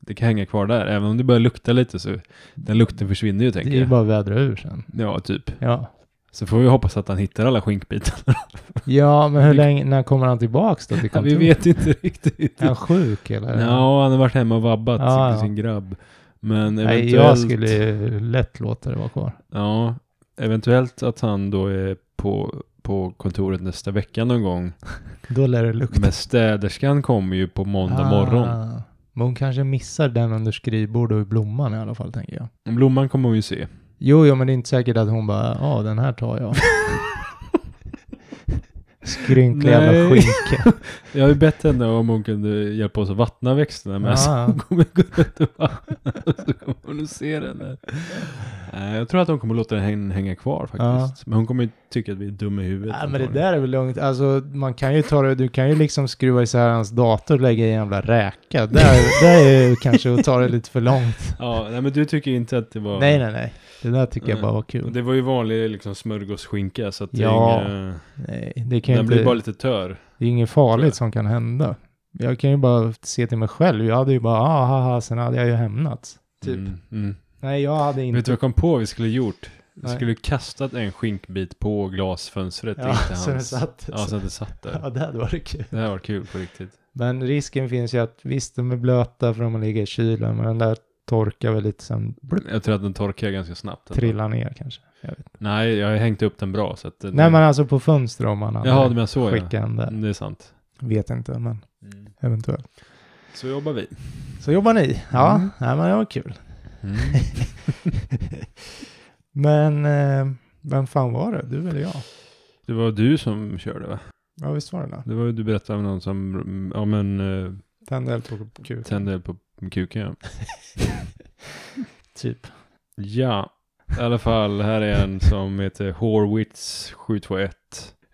det kan hänga kvar där. Även om det börjar lukta lite så den lukten försvinner ju
Det är
tänker
ju
jag.
bara att vädra ur sen.
Ja, typ.
Ja,
Så får vi hoppas att han hittar alla skinkbitar.
ja men hur länge, när kommer han tillbaks då till
Ja, vi
kontoret?
vet inte riktigt.
Är
Ja,
han sjuk eller?
han har varit hemma och vabbat
Ja,
sin,
ja.
sin grabb. Men eventuellt,
Nej, jag skulle ju lätt låta det vara kvar.
ja, eventuellt att han då är på, på kontoret nästa vecka någon gång.
Då lär det lukta.
Men städerskan kommer ju på måndag morgon.
Ah. Men hon kanske missar den under skrivbord och i blomman i alla fall, tänker jag.
Blomman kommer vi ju se.
Jo, jo, men det är inte säkert att hon bara, ja, den här tar jag. Skrynklig jävla
Nej.
skinka.
Jag har ju bett henne om hon kunde hjälpa oss att vattna växterna med.
Ja,
Så
ja.
hon kommer gå runt och vattna och så kommer hon att se den där. Nej, Jag tror att hon kommer låta den häng- hänga kvar faktiskt. Men hon kommer ju tycka att vi är dumma i huvudet.
Nej, men det där är väl lugnt. Alltså, man kan ju ta det, du kan ju liksom skruva isär hans dator och lägga i en jävla räka. Där, där är ju kanske att ta det lite för långt.
Ja, nej, men du tycker inte att det var...
Nej, nej, nej. Det där tycker jag bara var
Och
kul.
Det var ju vanlig liksom, smörgåsskinka så att det
Ja,
är inga...
Nej, det kan
Den
ju
blir
inte...
bara lite tör.
Det är inget farligt som kan hända. Jag kan ju bara se till mig själv. Jag hade ju bara, ah, haha, sen hade jag ju hämnats. Typ.
Mm, mm.
Nej, jag hade
Vet du
inte.
vad jag kom på vi skulle gjort? Vi
Nej.
skulle kastat en skinkbit på glasfönstret,
Ja,
inte
så den
hans.
satt.
Ja, så att det satt där.
Ja, det hade varit kul.
Det här var kul på riktigt.
Men risken finns ju att visst, de är blöta för de ligger i kylen, men den där torkar väl lite sen blup,
Jag tror att den torkar ganska snabbt.
trillar ner kanske. Jag vet. inte.
Nej, jag har hängt upp den bra så att den...
Nej, men alltså på fönster om man hade
Jaha, du menar så
skickat
ja. Mm.
den där.
Det är sant.
Vet inte, men eventuellt.
Mm. Så jobbar vi.
Så jobbar ni. Ja,
Mm.
nej, men det var kul. men eh, vem fan var det? Du eller jag?
Det var du som körde va?
Ja, visst var det det?
Det var ju du berättade om någon som, mm, ja men, eh,
Tände eld på kuken.
tände eld på kuken ja.
Typ.
ja, i alla fall här är en som heter Horwitz 721.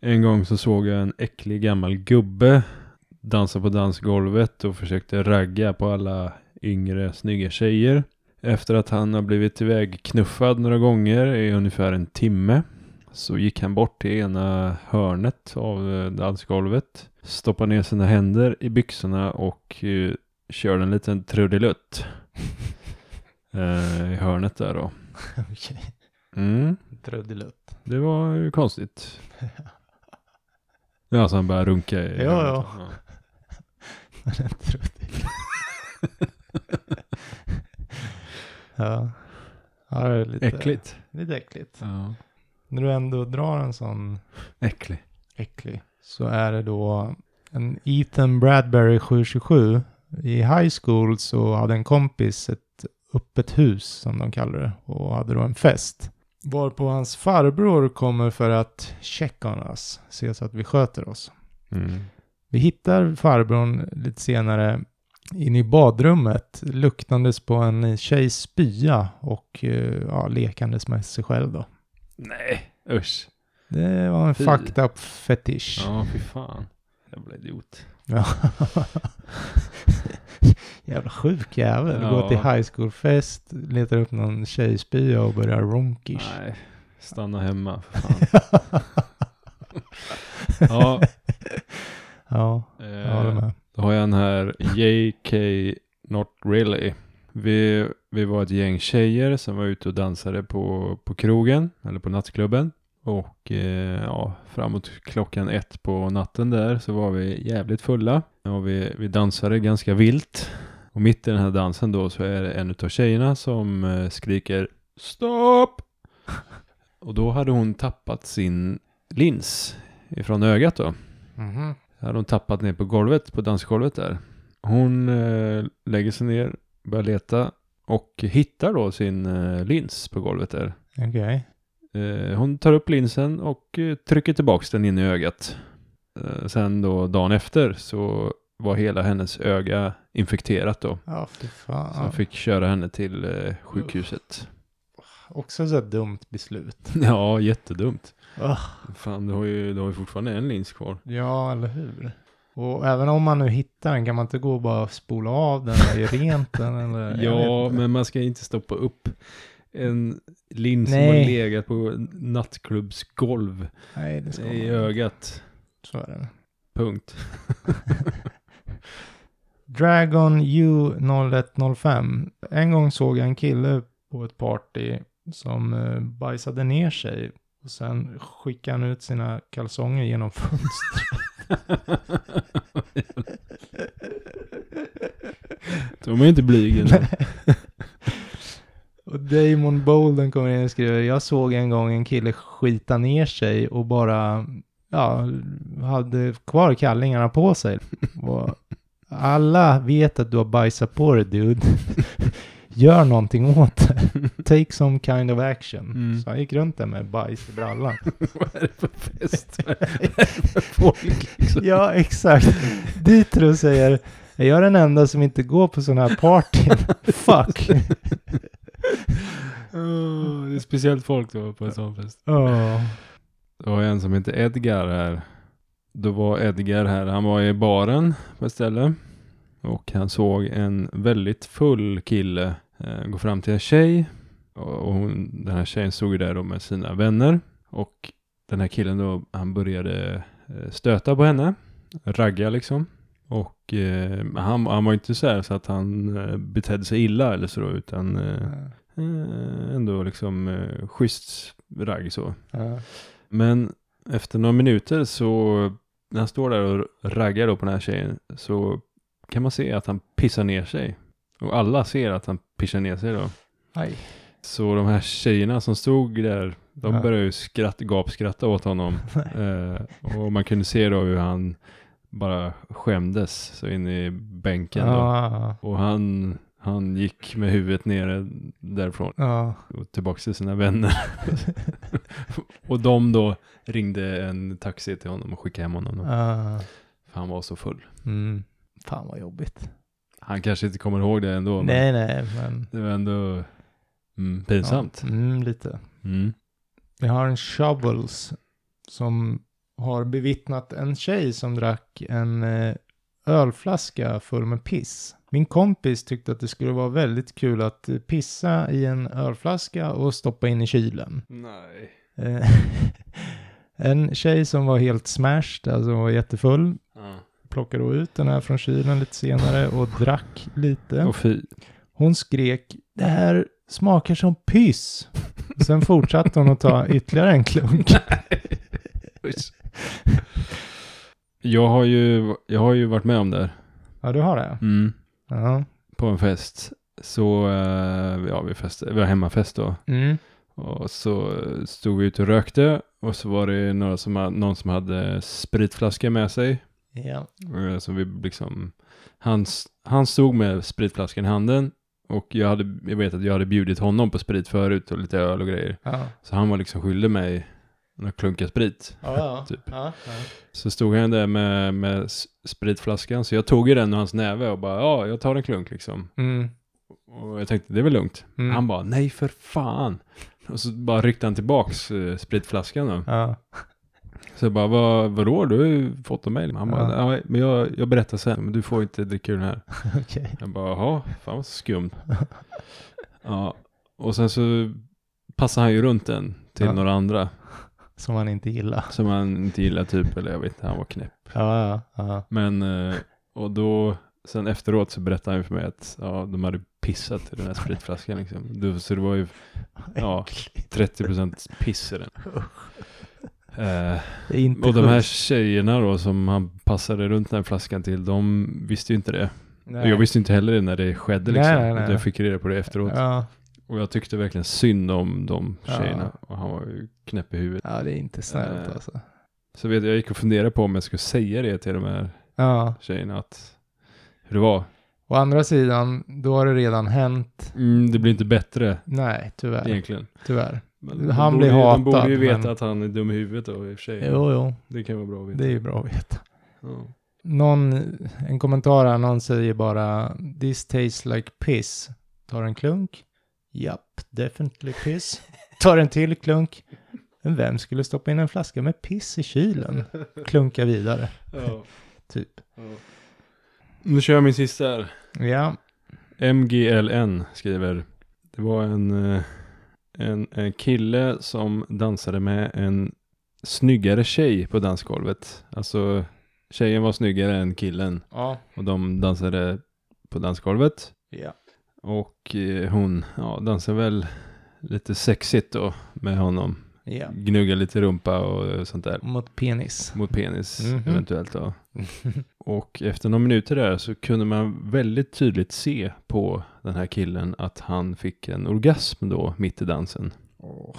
En gång så såg jag en äcklig gammal gubbe dansa på dansgolvet och försökte ragga på alla yngre snygga tjejer. Efter att han har blivit ivägknuffad några gånger i ungefär en timme så gick han bort till ena hörnet av eh, dansgolvet, stoppade ner sina händer i byxorna och eh, körde en liten trudelutt eh, i hörnet där då.
Okej.
Mm.
Trudelutt.
Det var ju konstigt. Ja, så han började runka i...
Ja, ja. Trudelutt. ja. ja, det är lite
Äckligt.
Lite äckligt.
Ja.
När du ändå drar en sån
Äcklig.
äcklig så är det då en Ethan Bradbury 727. I high school så hade en kompis ett öppet hus som de kallar det och hade då en fest. Varpå hans farbror kommer för att check on us, se så att vi sköter oss.
Mm.
Vi hittar farbrorn lite senare inne i badrummet luktandes på en tjejs spya och eh, ja, lekandes med sig själv då.
Nej, usch.
Det var en
Fy.
fucked up fetisch.
Ja, fy fan. Jävla idiot.
Ja. Jävla sjuk jävel.
Ja.
Gå till high school-fest, letar upp någon tjejspya och börjar ronkish.
Nej, stanna hemma för fan. ja,
ja, jag håller
eh,
med.
då har jag en här. JK Not Really. Vi, vi var ett gäng tjejer som var ute och dansade på, på krogen, eller på nattklubben. Och eh, ja, framåt klockan ett på natten där så var vi jävligt fulla. Och vi, vi dansade ganska vilt. Och mitt i den här dansen då så är det en av tjejerna som eh, skriker Stopp! Och då hade hon tappat sin lins ifrån ögat då
Mhm.
hade hon tappat ner på golvet, på dansgolvet där. Hon eh, lägger sig ner, börjar leta och hittar då sin eh, lins på golvet där.
Okej.
Eh, hon tar upp linsen och eh, trycker tillbaks den in i ögat. Eh, sen då dagen efter så var hela hennes öga infekterat då.
Ja, fy
Så de
fan.
fick köra henne till eh, sjukhuset.
Också så här dumt beslut.
ja, jättedumt.
Ugh.
Fan, du har, ju, du har ju fortfarande en lins kvar.
Ja, eller hur? Och även om man nu hittar den, kan man inte gå och bara spola av den eller göra rent den? Eller, jag vet
Ja,
inte.
men man ska inte stoppa upp en lins som
Nej.
har legat på nattklubbsgolv
Nej, det ska man
i
inte.
ögat.
Så är det.
Punkt.
Dragon U0105. En gång såg jag en kille på ett party som eh, bajsade ner sig och sen skickade han ut sina kalsonger genom fönstret.
De är inte blyga. nu.
och Damon Bolden kommer in och skriver, jag såg en gång en kille skita ner sig och bara, ja, hade kvar kallingarna på sig. Och alla vet att du har bajsat på dig dude. Gör någonting åt det. Take some kind of action.
Mm.
Så han gick runt där med bajs i brallan.
Vad är det för fest? Vad är det för folk liksom?
Ja, exakt. Ditro säger, är jag den enda som inte går på sådana här partyn? Fuck.
Åh, det är speciellt folk då på en sån fest.
Ja.
Det var en som hette Edgar här. Då var Edgar här, han var i baren på ett ställe. Och han såg en väldigt full kille eh, gå fram till en tjej. Och och hon, den här tjejen stod ju där då med sina vänner. Och den här killen då, han började eh, stöta på henne. Ragga liksom. Och eh, han, han var inte så här så att han eh, betedde sig illa eller så då, utan eh, eh, ändå liksom eh, schysst ragg så.
Ja.
Men efter några minuter så, när han står där och raggar då på den här tjejen, så kan man se att han pissar ner sig. Och alla ser att han pissar ner sig då.
Aj.
Så de här tjejerna som stod där, de
Ja.
började ju skratt, gapskratta åt honom. eh, och man kunde se då hur han bara skämdes så in i bänken då.
Ja.
Och han, han gick med huvudet nere därifrån
Ja.
och tillbaka till sina vänner. och de då ringde en taxi till honom och skickade hem honom. Då.
Ja.
För han var så full.
ah, Mm. Fan vad jobbigt.
Han kanske inte kommer ihåg det ändå. Men
Nej, nej, men...
det var ändå mm, pinsamt.
Ja, mm, lite.
Mm.
Vi har en Shovels som har bevittnat en tjej som drack en eh, ölflaska full med piss. Min kompis tyckte att det skulle vara väldigt kul att eh, pissa i en ölflaska och stoppa in i kylen.
Nej.
Eh, en tjej som var helt smashed, alltså var jättefull, plockade då ut den här från kylen lite senare och drack lite.
Och fy.
Hon skrek det här smakar som pyss. Sen fortsatte hon att ta ytterligare en klunk.
Jag har ju, jag har ju varit med om det här.
Ja, du har det?
Mm.
Ja.
På en fest. Så, eh, ja vi, fest, vi var hemmafest då.
Mm.
Och så eh, stod vi ute och rökte. Och så var det några som, ha- någon som hade spritflaska med sig.
Ja.
Eh, Så vi liksom, han, s- han stod med spritflaskan i handen. Och jag, hade, jag vet att jag hade bjudit honom på sprit förut och lite öl och grejer.
Ja.
Så han var liksom skyldig mig några klunkar sprit.
Ja, ja.
Typ.
Ja, ja.
Så stod han där med, med s- spritflaskan. Så jag tog ju den ur hans näve och bara, ja, jag tar en klunk liksom.
Mm.
Och jag tänkte, det är väl lugnt.
Mm.
Han bara, nej för fan. Och så bara ryckte han tillbaks eh, spritflaskan då.
Ja.
Så jag bara, vad, vadå? Du har ju fått av mig. Han bara,
Ja.
nej, men jag, jag berättar sen. Men du får inte dricka ur den här.
Okej.
Jag bara, jaha, fan vad skumt. ja, och sen så passade han ju runt den till
Ja.
några andra.
Som man inte gillar.
Som han inte gillar typ, eller jag vet inte, han var knäpp.
Ja, ja, ja.
Men, eh, och då, sen efteråt så berättade han ju för mig att ja, de hade pissat i den här spritflaskan liksom. Du, så det var ju ja, 30% piss i den. Eh,
Det är inte
och de här
schysst.
tjejerna då som han passade runt den här flaskan till, de visste ju inte det.
Nej.
Och jag visste inte heller det när det skedde liksom.
Nej, nej, nej.
Utan Jag fick reda på det efteråt.
Ja.
Och jag tyckte verkligen synd om de
Ja.
tjejerna. Och han var ju knäpp i huvudet.
ja, det är inte snällt
Eh.
alltså.
Så vet jag, jag gick och funderade på om jag skulle säga det till de här
Ja.
tjejerna att hur det var.
Å andra sidan, då har det redan hänt.
Mm, det blir inte bättre
Nej, tyvärr.
egentligen.
Tyvärr.
Men
Han
de
blir
borde, ju-
hatad,
De borde ju veta
men-
att han är dum i huvudet då i och för sig.
Jo, jo,
Det kan vara bra att veta.
det är ju bra att veta.
Ja.
Någon, en kommentar här, någon säger bara “This tastes like piss”. Tar en klunk. Japp, definitely piss. Tar en till klunk. Men vem skulle stoppa in en flaska med piss i kylen? Klunka vidare,
Ja,
typ.
ja. Nu kör jag min sista här.
Ja,
MGLN skriver. Det var en, eh, en, en kille som dansade med en snyggare tjej på dansgolvet. Alltså tjejen var snyggare än killen
ja,
och de dansade på dansgolvet.
ja.
Och eh, hon ja, dansar väl lite sexigt då med honom.
ja.
Gnuggar lite rumpa och eh, sånt där.
Mot penis.
Mot penis
Mhm.
eventuellt då. Och efter några minuter där så kunde man väldigt tydligt se på den här killen att han fick en orgasm då mitt i dansen.
Åh,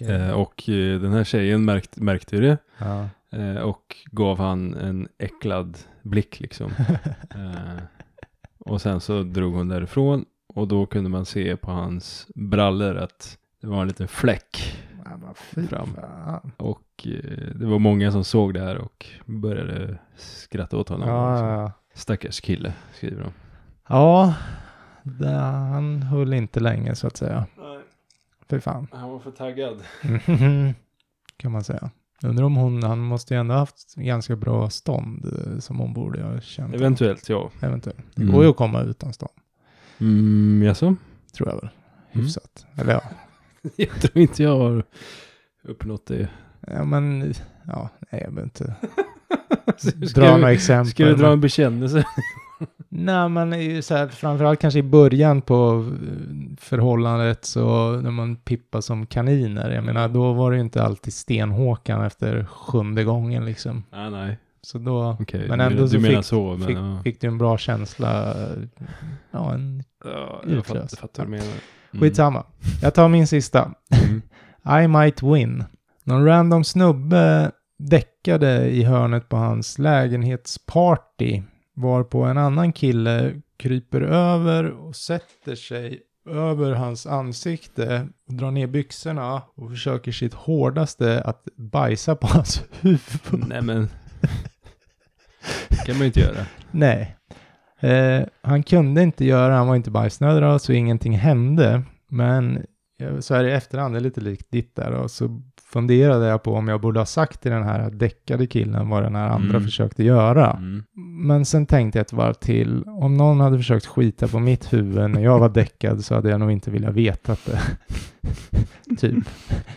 Eh, och eh, den här tjejen märkte, märkte ju det.
Ja.
Eh, och gav han en äcklad blick liksom. Eh, och sen så drog hon därifrån och då kunde man se på hans brallor att det var en liten fläck.
Ja, vad fy
Fram.
fan.
Och eh, det var många som såg det här och började skratta åt honom.
Ja,
Liksom.
ja, ja.
Stackars kille, skriver de.
ja det, han höll inte länge så att säga.
Nej,
Fy fan.
han var för taggad.
Mhm. kan man säga. Undrar om hon, han måste ju ändå haft ganska bra stånd eh, som hon borde ha känt.
Eventuellt, ja.
Eventuellt. Det
Mm.
går ju att komma utan stånd,
Mm, jaså?
tror jag väl.
Mm.
Hyfsat. Eller ja.
Jag tror inte jag har uppnått det.
ja, men ja, nej jag behöver inte
Ska
dra
vi-
några exempel.
Ska du dra
men-
en bekännelse?
Nej, men det är ju så här, framförallt kanske i början på eh, förhållandet så när man pippar som kaniner. Jag menar, då var det ju inte alltid stenhåkan efter sjunde gången liksom.
Nej, nej.
Så då
Okej,
Men
du
ändå
menar-
så
du menar
fick-
så. Men,
fick,
ja. Mm.
fick du en bra känsla. eh, Ja, en
Ja, jag
Utlös.
fattar, fattar vad du menar. Mm.
Skitsamma. Jag tar min sista.
Mm.
I might win. Någon random snubbe däckade i hörnet på hans lägenhetsparty. Varpå en annan kille kryper över och sätter sig över hans ansikte. Och drar ner byxorna och försöker sitt hårdaste att bajsa på hans huvud.
Nej men. Det kan man ju inte göra.
Nej. Eh, han kunde inte göra, han var inte bajsnödig då, så ingenting hände. Men eh, så här i efterhand, det är lite likt ditt där då, så funderade jag på om jag borde ha sagt till den här däckade killen vad den här andra
Mm.
försökte göra.
Mm.
Men sen tänkte jag ett varv till, om någon hade försökt skita på mitt huvud när jag var däckad så hade jag nog inte velat veta det. typ.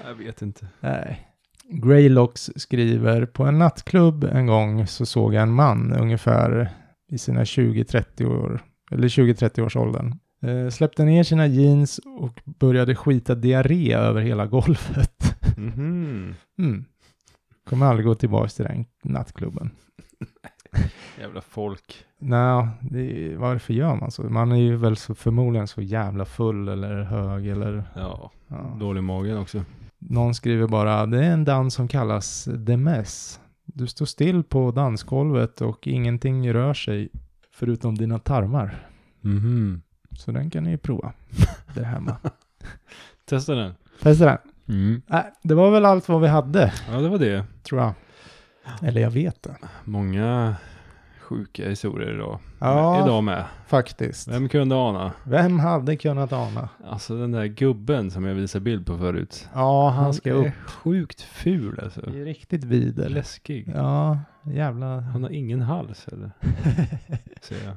Jag vet inte.
Nej. Graylocks skriver, på en nattklubb en gång så såg jag en man ungefär i sina 20-30 år, eller 20-30 års åldern. Eh, släppte ner sina jeans och började skita diarré över hela golvet.
Mhm.
Mm. Kommer aldrig gå tillbaka till den nattklubben.
Jävla folk.
Nej, det- varför gör man så? Man är ju väl så, förmodligen så jävla full eller hög eller...
Ja,
Ja.
dålig mage också.
Någon skriver bara, det är en dans som kallas demes. Du står still på dansgolvet och ingenting rör sig förutom dina tarmar. Mm-hmm.
Mhm.
Så den kan ni ju prova där hemma.
Testa den.
Testa den.
Mm.
Nej, äh, det var väl allt vad vi hade,
Ja, det var det.
tror jag. Eller jag vet det.
Många sjuka historier idag.
Ja,
Idag med.
faktiskt.
Vem kunde ana?
Vem hade kunnat ana?
Alltså den där gubben som jag visade bild på förut.
Ja, han ska upp.
är sjukt ful alltså.
Det är riktigt vidrig.
Läskig.
Ja, jävla...
Han har ingen hals eller? Ser jag.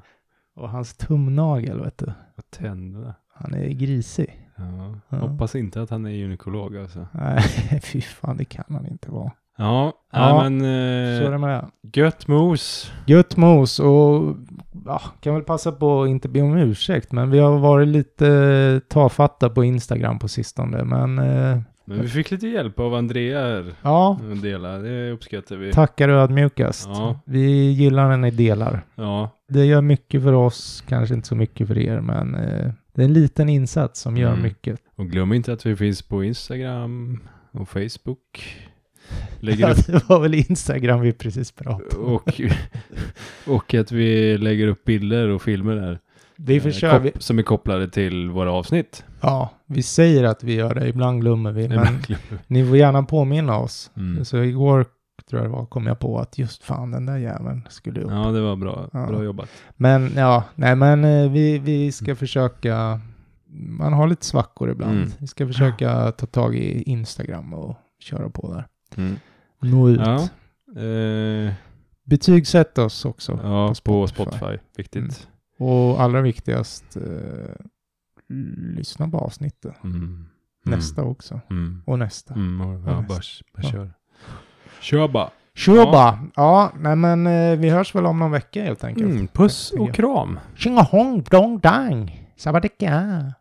Och hans tumnagel, vet du.
Och tänderna.
Han är grisig.
Ja.
Ja.
Hoppas inte att han är gynekolog alltså.
Nej, fy fan, det kan han inte vara.
Ja,
Ja.
Nej, men
Så är
eh,
det med det.
gött mos.
Gött mos och ja, kan väl passa på att inte be om ursäkt, men vi har varit lite tafatta på Instagram på sistone. Men eh,
Men vi fick lite hjälp av Andrea här.
ja,
att Dela, det uppskattar vi.
tackar ödmjukast.
Mm. Ja.
Vi gillar när ni delar.
Ja,
Det gör mycket för oss, kanske inte så mycket för er, men eh, det är en liten insats som gör
Mm.
mycket.
och glöm inte att vi finns på Instagram och Facebook. Lägger
Ja,
upp,
det var väl Instagram vi precis pratade om.
och, och att vi lägger upp bilder och filmer där.
Vi
eh,
försöker. Vi,
kop- Som är kopplade till våra avsnitt.
ja, vi säger att vi gör det, ibland glömmer vi, men
Ibland glömmer vi.
ni får gärna påminna oss.
Mm.
Så igår tror jag det var, kom jag på att just fan den där jäveln skulle upp.
Ja, det var bra.
Ja.
Bra jobbat.
Men ja, nej men eh, vi, vi ska försöka, man har lite svackor ibland.
Mm.
Vi ska försöka ta tag i Instagram och köra på där.
Mm.
Nå ut.
Ja. Eh,
Betygsätt oss också.
ja, på
Spotify.
Spotify. Viktigt.
Och allra viktigast, eh, lyssna på avsnitten.
Mm. Mm.
Nästa också.
Mm.
Och nästa.
Mm. och- Ja,
nästa.
bara, bara
Ja.
kör. Kör bara.
Tjoba! Ja, nej men eh, vi hörs väl om någon vecka helt enkelt.
Mm. Puss och kram.
Tjingahong, dong dang! Sabadeka!